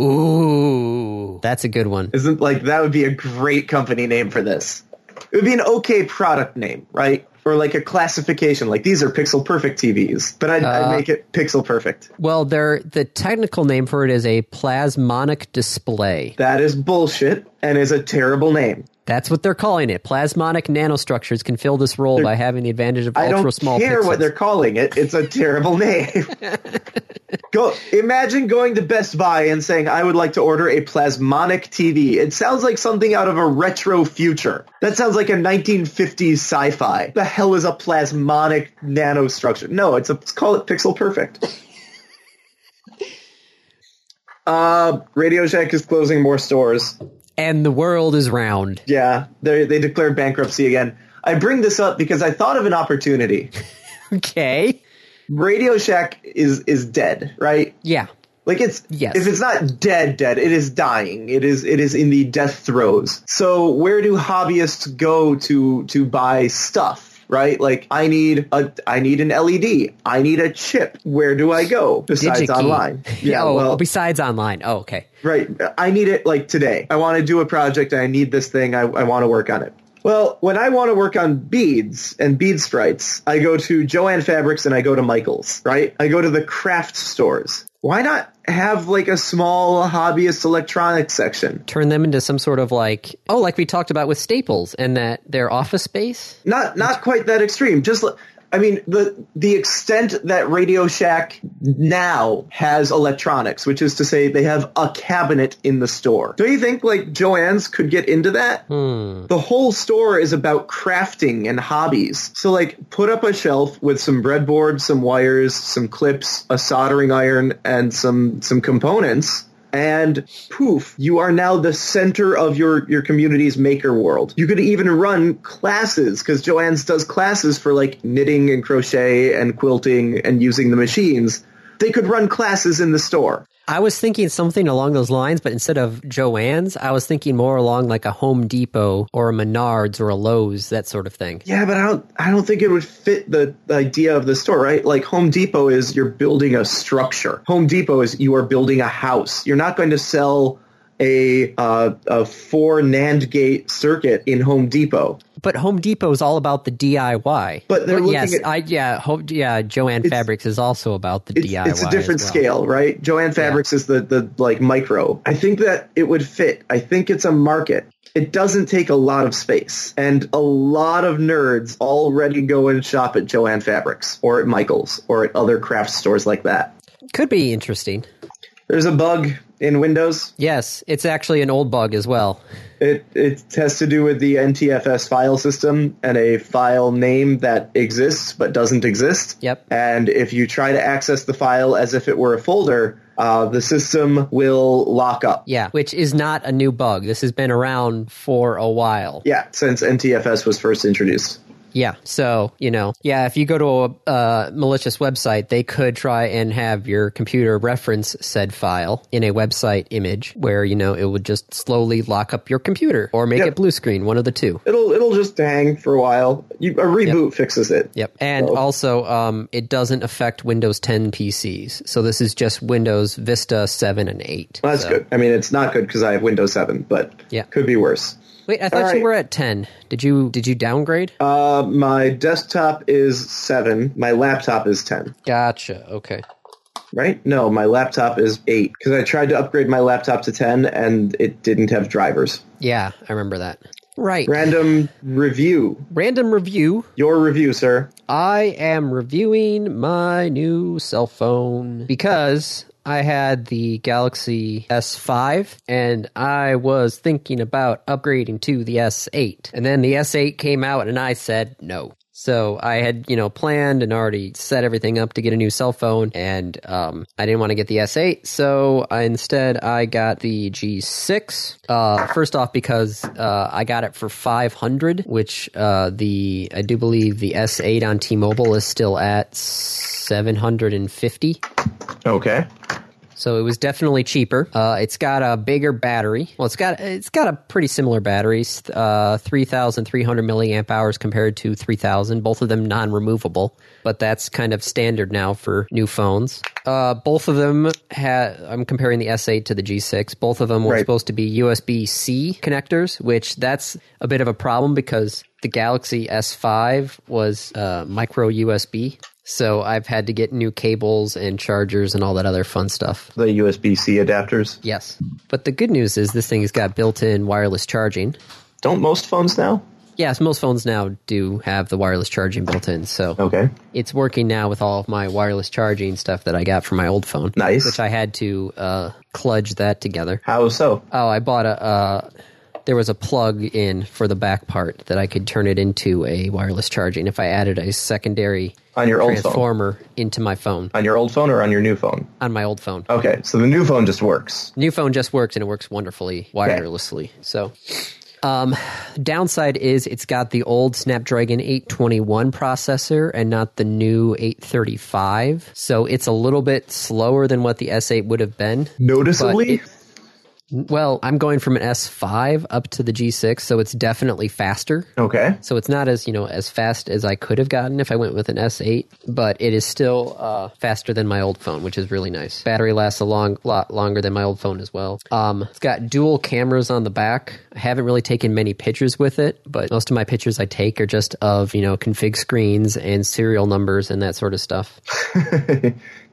Speaker 1: Ooh, that's a good one.
Speaker 2: Isn't like that would be a great company name for this? It would be an okay product name, right? Or like a classification, like these are Pixel Perfect TVs, but I'd,
Speaker 1: Uh.
Speaker 2: I'd make it Pixel Perfect.
Speaker 1: Well, there the technical name for it is a plasmonic display.
Speaker 2: That is bullshit and is a terrible name.
Speaker 1: That's what they're calling it. Plasmonic nanostructures can fill this role by having the advantage of
Speaker 2: I
Speaker 1: ultra
Speaker 2: don't
Speaker 1: small
Speaker 2: care
Speaker 1: pixels.
Speaker 2: what they're calling it. It's a terrible *laughs* name. Go imagine going to Best Buy and saying, "I would like to order a plasmonic TV." It sounds like something out of a retro future. That sounds like a 1950s sci-fi. The hell is a plasmonic nanostructure? No, it's a let's call it pixel perfect. *laughs* uh, Radio Shack is closing more stores.
Speaker 1: and the world is round. *laughs*
Speaker 2: Yeah, they they declared bankruptcy again. I bring this up because I thought of an opportunity.
Speaker 1: Okay.
Speaker 2: Radio Shack is is dead, right?
Speaker 1: Yeah.
Speaker 2: Like it's
Speaker 1: Yes.
Speaker 2: if it's not dead, dead, it is dying. It is it is in the death throes. So where do hobbyists go to to buy stuff? Right, like I need a I need an LED. I need a chip. Where do I go besides
Speaker 1: DigiKey. *laughs*
Speaker 2: online?
Speaker 1: Yeah. oh, besides online. Oh, okay.
Speaker 2: Right. I need it like today. I want to do a project. I need this thing. I, I want to work on it. Well, when I want to work on beads and bead sprites, I go to Joann Fabrics and I go to Michaels, right? I go to the craft stores. Why not have like a small hobbyist electronics section?
Speaker 1: Turn them into some sort of like oh, like we talked about with Staples and that their office space.
Speaker 2: Not not quite that extreme. Just li- I mean the the extent that Radio Shack now has electronics, which is to say they have a cabinet in the store. Don't you think like Joann's could get into that? the whole store is about crafting and hobbies. So like put up a shelf with some breadboard, some wires, some clips, a soldering iron and some some components and poof, you are now the center of your your community's maker world. You could even run classes cuz Joanne's does classes for like knitting and crochet and quilting and using the machines. They could run classes in the store.
Speaker 1: I was thinking something along those lines, but instead of Joann's, I was thinking more along like a Home Depot or a Menards or a Lowe's, that sort of thing.
Speaker 2: Yeah, but I don't I don't think it would fit the, the idea of the store, right? Like Home Depot is you're building a structure. Home Depot is you are building a house. You're not going to sell a uh, a four NAND gate circuit in Home Depot.
Speaker 1: But Home Depot is all about the DIY.
Speaker 2: But they're looking
Speaker 1: yes,
Speaker 2: at-
Speaker 1: I yeah, Home, yeah. Joann Fabrics is also about the
Speaker 2: It's,
Speaker 1: DIY.
Speaker 2: it's a different
Speaker 1: as well.
Speaker 2: scale, right? Joann Fabrics is the the like micro. I think that it would fit. I think it's a market. It doesn't take a lot of space, and a lot of nerds already go and shop at Joann Fabrics or at Michaels or at other craft stores like that.
Speaker 1: Could be interesting.
Speaker 2: There's a bug in Windows.
Speaker 1: Yes, it's actually an old bug as well.
Speaker 2: It it has to do with the NTFS file system and a file name that exists but doesn't exist.
Speaker 1: Yep.
Speaker 2: And if you try to access the file as if it were a folder, uh, the system will lock up.
Speaker 1: Yeah, which is not a new bug. This has been around for a while.
Speaker 2: Yeah, since NTFS was first introduced.
Speaker 1: Yeah. So, you know, yeah, if you go to a uh, malicious website, they could try and have your computer reference said file in a website image where, you know, it would just slowly lock up your computer or make
Speaker 2: Yep.
Speaker 1: it blue screen, one of the two.
Speaker 2: It'll it'll just hang for a while. You, a reboot fixes it.
Speaker 1: Yep. And
Speaker 2: So-
Speaker 1: also, um, it doesn't affect Windows 10 PCs. So this is just Windows Vista 7 and 8.
Speaker 2: Well, that's
Speaker 1: So-
Speaker 2: good. I mean, it's not good because I have Windows 7, but
Speaker 1: Yeah.
Speaker 2: could be worse.
Speaker 1: Wait, I thought
Speaker 2: All right.
Speaker 1: you were at 10. Did you did you downgrade?
Speaker 2: Uh, my desktop is 7. My laptop is 10.
Speaker 1: gotcha. Okay.
Speaker 2: right? No, my laptop is 8 because I tried to upgrade my laptop to 10 and it didn't have drivers.
Speaker 1: Yeah, I remember that. Right.
Speaker 2: Random review.
Speaker 1: Random review.
Speaker 2: Your review, sir.
Speaker 1: I am reviewing my new cell phone because I had the Galaxy S5 and I was thinking about upgrading to the S8. And then the S8 came out and I said no. So I had, you know, planned and already set everything up to get a new cell phone, and um, I didn't want to get the S8, so I, instead I got the G6. Uh, first off, because uh, I got it for 500, which uh, the I do believe the S8 on T-Mobile is still at 750.
Speaker 3: Okay.
Speaker 1: So it was definitely cheaper. Uh, it's got a bigger battery. Well, it's got it's got a pretty similar battery, uh, three thousand three hundred milliamp hours compared to three thousand. Both of them non-removable, but that's kind of standard now for new phones. Uh, both of them had. I'm comparing the S8 to the G6. Both of them were
Speaker 2: Right.
Speaker 1: supposed to be USB-C connectors, which that's a bit of a problem because the Galaxy S5 was uh, micro USB. So I've had to get new cables and chargers and all that other fun stuff.
Speaker 2: The USB C adapters.
Speaker 1: Yes. But the good news is this thing's got built in wireless charging.
Speaker 2: Don't most phones now?
Speaker 1: Yes, most phones now do have the wireless charging built in. So
Speaker 2: Okay.
Speaker 1: it's working now with all of my wireless charging stuff that I got from my old phone.
Speaker 2: Nice.
Speaker 1: Which I had to uh, cludge that together.
Speaker 2: How so?
Speaker 1: Oh, I bought a. Uh, there was a plug in for the back part that I could turn it into a wireless charging if I added a secondary
Speaker 2: On your old phone?
Speaker 1: transformer into my phone
Speaker 2: On your old phone or on your new phone?
Speaker 1: on my old phone.
Speaker 2: Okay, so the new phone just works.
Speaker 1: new phone just works and it works wonderfully wirelessly. So, um, downside is it's got the old Snapdragon 821 processor and not the new 835. So it's a little bit slower than what the S8 would have been.
Speaker 2: Noticeably?
Speaker 1: But Well, I'm going from an S5 up to the G6, so it's definitely faster.
Speaker 2: okay.
Speaker 1: So it's not as you know as fast as I could have gotten if I went with an S8, but it is still uh, faster than my old phone, which is really nice. Battery lasts a long lot longer than my old phone as well. Um, it's got dual cameras on the back. I haven't really taken many pictures with it, but most of my pictures I take are just of you know config screens and serial numbers and that sort of stuff.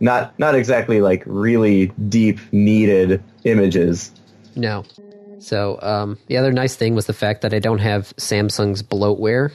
Speaker 2: Not not exactly like really deep needed images.
Speaker 1: No. So um, the other nice thing was the fact that I don't have Samsung's bloatware.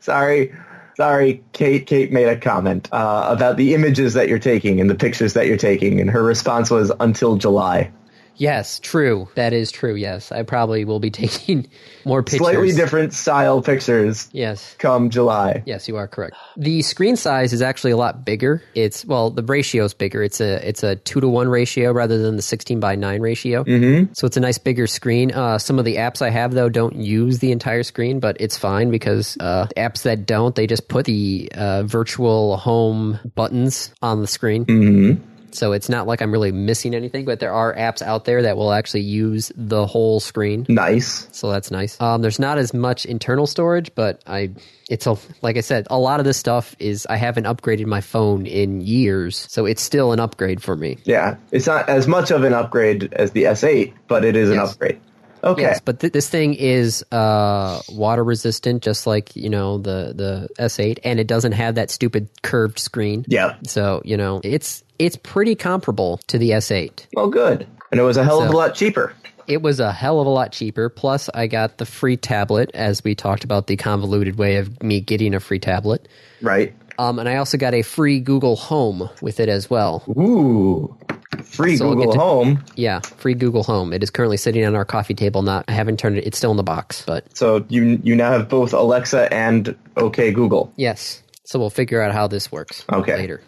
Speaker 2: Sorry. Sorry, Kate Kate made a comment uh, about the images that you're taking and the pictures that you're taking and her response was until July.
Speaker 1: Yes, true. That is true. Yes, I probably will be *laughs* taking more pictures.
Speaker 2: Slightly different style pictures
Speaker 1: Yes.
Speaker 2: come July.
Speaker 1: Yes, you are correct. The screen size is actually a lot bigger. It's well, the ratio is bigger. It's a it's a two to one ratio rather than the sixteen by nine ratio. Mm-hmm. So it's a nice bigger screen. Uh, some of the apps I have though don't use the entire screen, but it's fine because uh, apps that don't, they just put the uh, virtual home buttons on the screen. So it's not like I'm really missing anything, but there are apps out there that will actually use the whole screen
Speaker 2: Nice.
Speaker 1: so that's nice. Um, there's not as much internal storage, but I it's a like I said, a lot of this stuff is I haven't upgraded my phone in years, so it's still an upgrade for me.
Speaker 2: Yeah. It's not as much of an upgrade as the S8, but it is an
Speaker 1: Yes.
Speaker 2: upgrade. Okay.
Speaker 1: Yes, but th- this thing is uh, water resistant, just like you know the the S8, and it doesn't have that stupid curved screen.
Speaker 2: Yeah.
Speaker 1: So you know it's it's pretty comparable to the S8.
Speaker 2: Well, good. And it was a hell of a
Speaker 1: So-
Speaker 2: lot cheaper.
Speaker 1: It was a hell of a lot cheaper. Plus, I got the free tablet, as we talked about the convoluted way of me getting a free tablet.
Speaker 2: Right.
Speaker 1: Um, and I also got a free Google Home with it as well.
Speaker 2: Ooh. Free
Speaker 1: So I'll
Speaker 2: Google
Speaker 1: get to-
Speaker 2: Home.
Speaker 1: Yeah, free Google Home. It is currently sitting on our coffee table. Not, I haven't turned it. It's still in the box, but
Speaker 2: So you you now have both Alexa and OK Google.
Speaker 1: yes. So we'll figure out how this works
Speaker 2: Okay.
Speaker 1: later.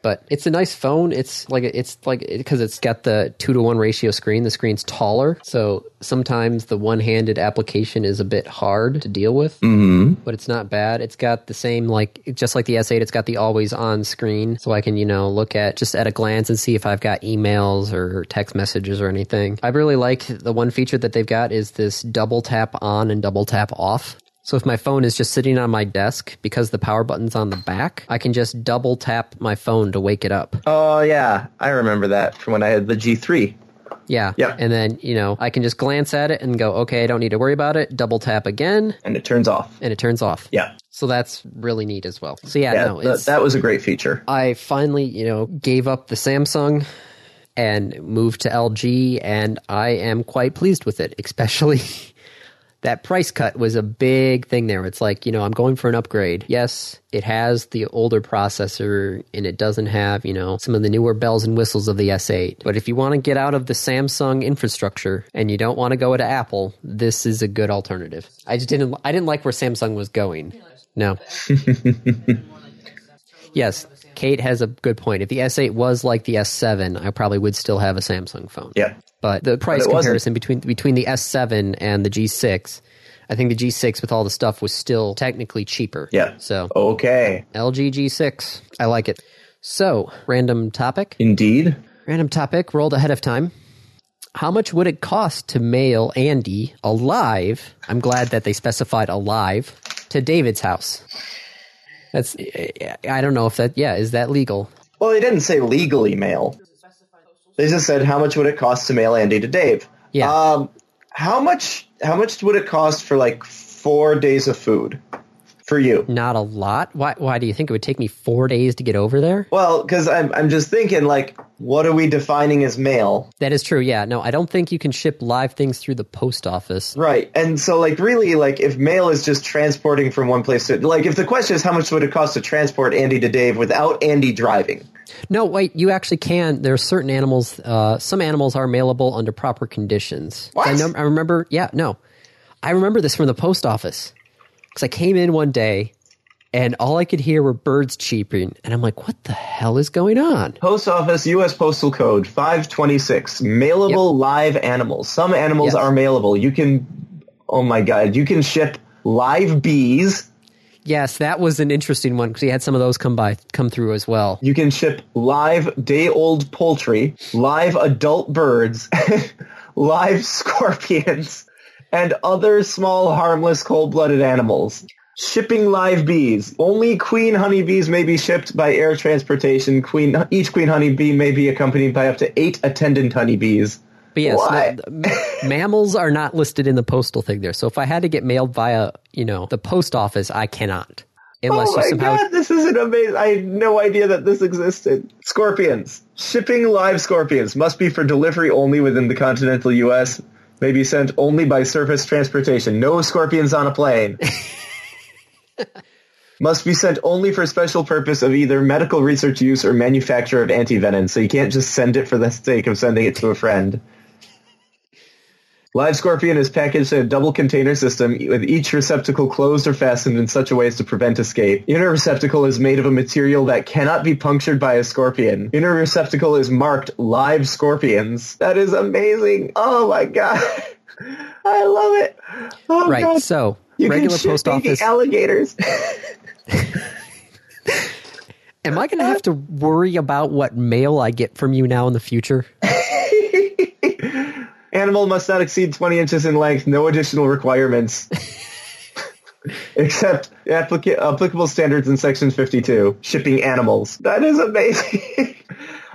Speaker 1: But it's a nice phone. It's like it's like because it's got the two to one ratio screen. The screen's taller, so sometimes the one handed application is a bit hard to deal with. Mm-hmm. But it's not bad. It's got the same like just like the S8. It's got the always on screen, so I can you know look at just at a glance and see if I've got emails or text messages or anything. I really like the one feature that they've got is this double tap on and double tap off. So if my phone is just sitting on my desk because the power button's on the back, I can just double tap my phone to wake it up.
Speaker 2: Oh yeah, I remember that from when I had the G3.
Speaker 1: Yeah.
Speaker 2: Yeah.
Speaker 1: And then, you know, I can just glance at it and go, okay, I don't need to worry about it. Double tap again,
Speaker 2: And it turns off.
Speaker 1: and it turns off.
Speaker 2: Yeah.
Speaker 1: So that's really neat as well. So yeah,
Speaker 2: Yeah,
Speaker 1: no,
Speaker 2: that,
Speaker 1: it's,
Speaker 2: that was a great feature.
Speaker 1: I finally, you know, gave up the Samsung and moved to LG, and I am quite pleased with it, *laughs* especially that price cut was a big thing there. It's like, you know, I'm going for an upgrade. Yes, it has the older processor and it doesn't have, you know, some of the newer bells and whistles of the S8. But if you want to get out of the Samsung infrastructure and you don't want to go to Apple, this is a good alternative. I just didn't I didn't like where Samsung was going. No. yes, Kate has a good point. If the S8 was like the S7, I probably would still have a Samsung phone.
Speaker 2: Yeah.
Speaker 1: But the price
Speaker 2: it wasn't.
Speaker 1: comparison between between the S7 and the G6, I think the G6 with all the stuff was still technically cheaper.
Speaker 2: Yeah. Oh.
Speaker 1: So
Speaker 2: Okay.
Speaker 1: LG G6, I like it. So random topic.
Speaker 2: Indeed.
Speaker 1: Random topic rolled ahead of time. How much would it cost to mail Andy alive? I'm glad that they specified alive to David's house. That's I don't know if that yeah is that legal.
Speaker 2: Well, they didn't say legally mail. They just said how much would it cost to mail Andy to Dave.
Speaker 1: Yeah.
Speaker 2: Um, how much? How much would it cost for like four days of food for you?
Speaker 1: Not a lot. Why why do you think it would take me 4 days to get over there?
Speaker 2: Well, because I'm I'm just thinking like, what are we defining as mail?
Speaker 1: That is true. Yeah. No, I don't think you can ship live things through the post office.
Speaker 2: Right. And so like really like if mail is just transporting from one place to like if the question is how much would it cost to transport Andy to Dave without Andy driving?
Speaker 1: No, wait, you actually can. There are certain animals, uh, some animals are mailable under proper conditions.
Speaker 2: What?
Speaker 1: I, know, I remember, yeah, no. I remember this from the post office. Because I came in one day and all I could hear were birds cheeping. And I'm like, what the hell is going on?
Speaker 2: Post office, U.S. Postal Code 526. Mailable live animals. Some animals
Speaker 1: Yes.
Speaker 2: are mailable. You can, oh my god, you can ship live bees.
Speaker 1: Yes, that was an interesting one because he had some of those come by, come through as well.
Speaker 2: You can ship live day-old poultry, live adult birds, *laughs* live scorpions, and other small, harmless, cold-blooded animals. Shipping live bees. Only queen honeybees may be shipped by air transportation. Queen, each queen honeybee may be accompanied by up to eight attendant honeybees.
Speaker 1: But yes,
Speaker 2: Why?
Speaker 1: no, th- mammals are not listed in the postal thing there. So if I had to get mailed via, you know, the post office, I cannot. Unless
Speaker 2: oh
Speaker 1: you
Speaker 2: my
Speaker 1: somehow
Speaker 2: god, this is an amazing! I had no idea that this existed. Scorpions shipping live scorpions must be for delivery only within the continental U.S. May be sent only by surface transportation. No scorpions on a *laughs* plane. must be sent only for special purpose of either medical research use or manufacture of antivenom. So you can't just send it for the sake of sending it to a friend. Live scorpion is packaged in a double container system with each receptacle closed or fastened in such a way as to prevent escape. Inner receptacle is made of a material that cannot be punctured by a scorpion. Inner receptacle is marked live scorpions. That is amazing. Oh my god. *laughs* I love it. Oh
Speaker 1: right.
Speaker 2: god.
Speaker 1: So
Speaker 2: You
Speaker 1: regular
Speaker 2: can ship
Speaker 1: post
Speaker 2: baby
Speaker 1: office.
Speaker 2: alligators. *laughs*
Speaker 1: Am I going to have to worry about what mail I get from you now in the
Speaker 2: *laughs*
Speaker 1: future?
Speaker 2: Animal must not exceed 20 inches in length. No additional requirements. Except applica- applicable standards in Section 52. Shipping animals. That is amazing. *laughs*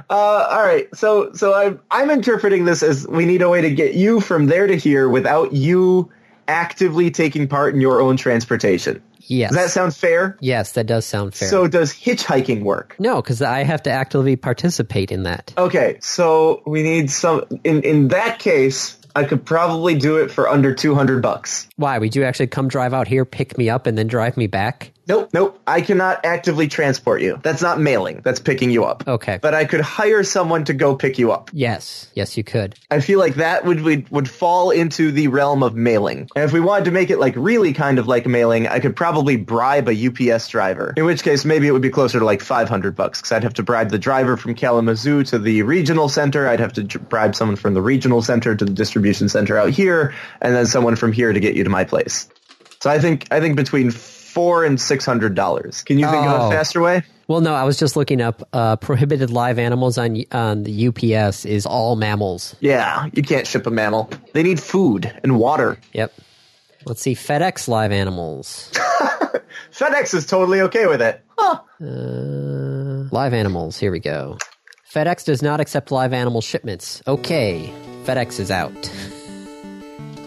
Speaker 2: uh, all right. So so I'm, I'm interpreting this as we need a way to get you from there to here without you actively taking part in your own transportation.
Speaker 1: Yes.
Speaker 2: Does that sound fair?
Speaker 1: yes, that does sound fair.
Speaker 2: So does hitchhiking work?
Speaker 1: no, because I have to actively participate in that.
Speaker 2: Okay, so we need some. In in that case, I could probably do it for under two hundred bucks.
Speaker 1: Why? Would you actually come drive out here, pick me up, and then drive me back?
Speaker 2: Nope, nope. I cannot actively transport you. That's not mailing. That's picking you up.
Speaker 1: Okay.
Speaker 2: But I could hire someone to go pick you up.
Speaker 1: yes. Yes, you could.
Speaker 2: I feel like that would would, would fall into the realm of mailing. And if we wanted to make it like really kind of like mailing, I could probably bribe a UPS driver. In which case, maybe it would be closer to like five hundred bucks because I'd have to bribe the driver from Kalamazoo to the regional center. I'd have to dr- bribe someone from the regional center to the distribution center out here, and then someone from here to get you to my place. So I think I think between four and six hundred dollars. Can you think
Speaker 1: Oh.
Speaker 2: of a faster way?
Speaker 1: Well, no, I was just looking up uh, prohibited live animals on on the UPS is all mammals.
Speaker 2: Yeah, you can't ship a mammal. They need food and water.
Speaker 1: Yep. Let's see FedEx live animals.
Speaker 2: FedEx is totally okay with it.
Speaker 1: Live animals, here we go. FedEx does not accept live animal shipments. Okay, FedEx is out.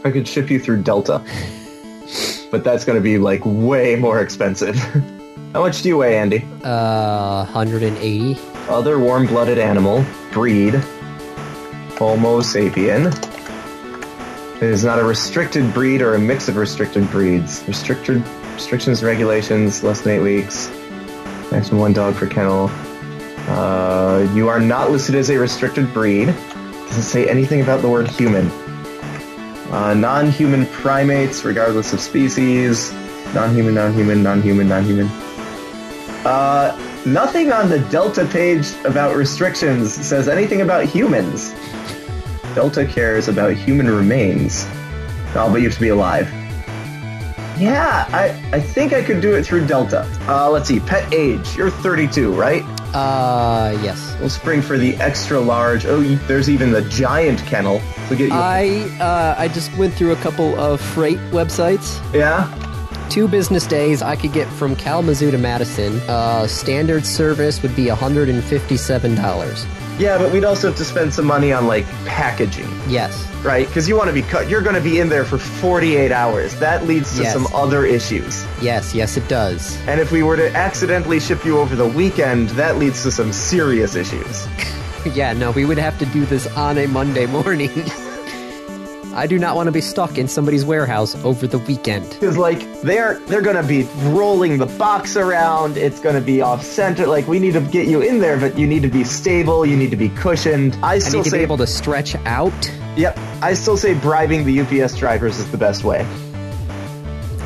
Speaker 2: I could ship you through Delta. but that's going to be like way more expensive. *laughs* How much do you weigh, Andy?
Speaker 1: Uh, 180.
Speaker 2: Other warm blooded animal, breed, Homo sapien. It is not a restricted breed or a mix of restricted breeds. Restricted restrictions, regulations, less than eight weeks. Maximum one dog per kennel. Uh, you are not listed as a restricted breed. Doesn't say anything about the word human. Uh, non-human primates, regardless of species. Non-human, non-human, non-human, non-human. Uh, nothing on the Delta page about restrictions says anything about humans. Delta cares about human remains. Oh, but you have to be alive. Yeah, I, I think I could do it through Delta. Uh, let's see, pet age. You're 32, right?
Speaker 1: Uh, yes.
Speaker 2: We'll spring for the extra large. Oh, you, there's even the giant kennel. So get you.
Speaker 1: I uh, I just went through a couple of freight websites.
Speaker 2: yeah.
Speaker 1: Two business days I could get from Kalamazoo to Madison. Uh, standard service would be $157.
Speaker 2: Yeah, but we'd also have to spend some money on like packaging,
Speaker 1: Yes.
Speaker 2: right? Because you want to be cut. You're going to be in there for 48 hours. That leads to
Speaker 1: Yes.
Speaker 2: some other issues.
Speaker 1: Yes, yes, it does. *laughs*
Speaker 2: And if we were to accidentally ship you over the weekend, that leads to some serious issues.
Speaker 1: Yeah, no, we would have to do this on a Monday morning. *laughs* I do not want to be stuck in somebody's warehouse over the weekend.
Speaker 2: Because like they're they're gonna be rolling the box around. It's gonna be off center. Like we need to get you in there, but you need to be stable. You need to be cushioned. I
Speaker 1: I
Speaker 2: still
Speaker 1: need to
Speaker 2: say
Speaker 1: be able to stretch out.
Speaker 2: yep. I still say bribing the UPS drivers is the best way.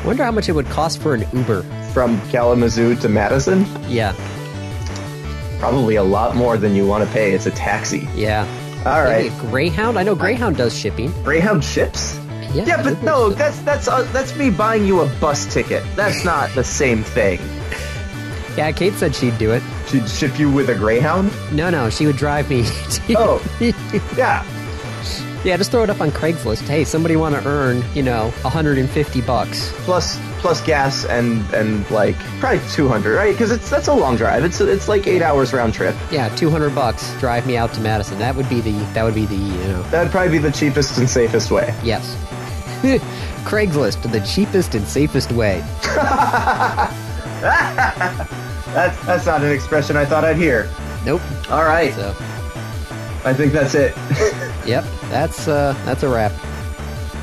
Speaker 1: Wonder how much it would cost for an Uber.
Speaker 2: From Kalamazoo to Madison,
Speaker 1: Yeah,
Speaker 2: probably a lot more than you want to pay. It's a taxi.
Speaker 1: yeah.
Speaker 2: All
Speaker 1: Maybe
Speaker 2: right,
Speaker 1: a Greyhound? I know Greyhound does shipping.
Speaker 2: Greyhound ships.
Speaker 1: Yeah,
Speaker 2: Yeah, but
Speaker 1: Uber's-
Speaker 2: no, that's that's uh, that's me buying you a bus ticket. That's not the same thing.
Speaker 1: Yeah, Kate said she'd do it.
Speaker 2: She'd ship you with a Greyhound.
Speaker 1: No, no, she would drive me. *laughs* to-
Speaker 2: Oh. Yeah,
Speaker 1: *laughs* yeah, just throw it up on Craigslist. Hey, somebody want to earn, you know, 150 bucks.
Speaker 2: plus plus gas and and like probably 200 right because it's that's a long drive it's it's like eight hours round trip
Speaker 1: Yeah, 200 bucks. Drive me out to Madison. That would be the that would be the, you know.
Speaker 2: that'd probably be the cheapest and safest way
Speaker 1: Yes. *laughs* Craigslist, the cheapest and safest way.
Speaker 2: that's that's not an expression i thought i'd hear
Speaker 1: Nope.
Speaker 2: all right
Speaker 1: So,
Speaker 2: i think that's it
Speaker 1: yep, that's uh that's a wrap.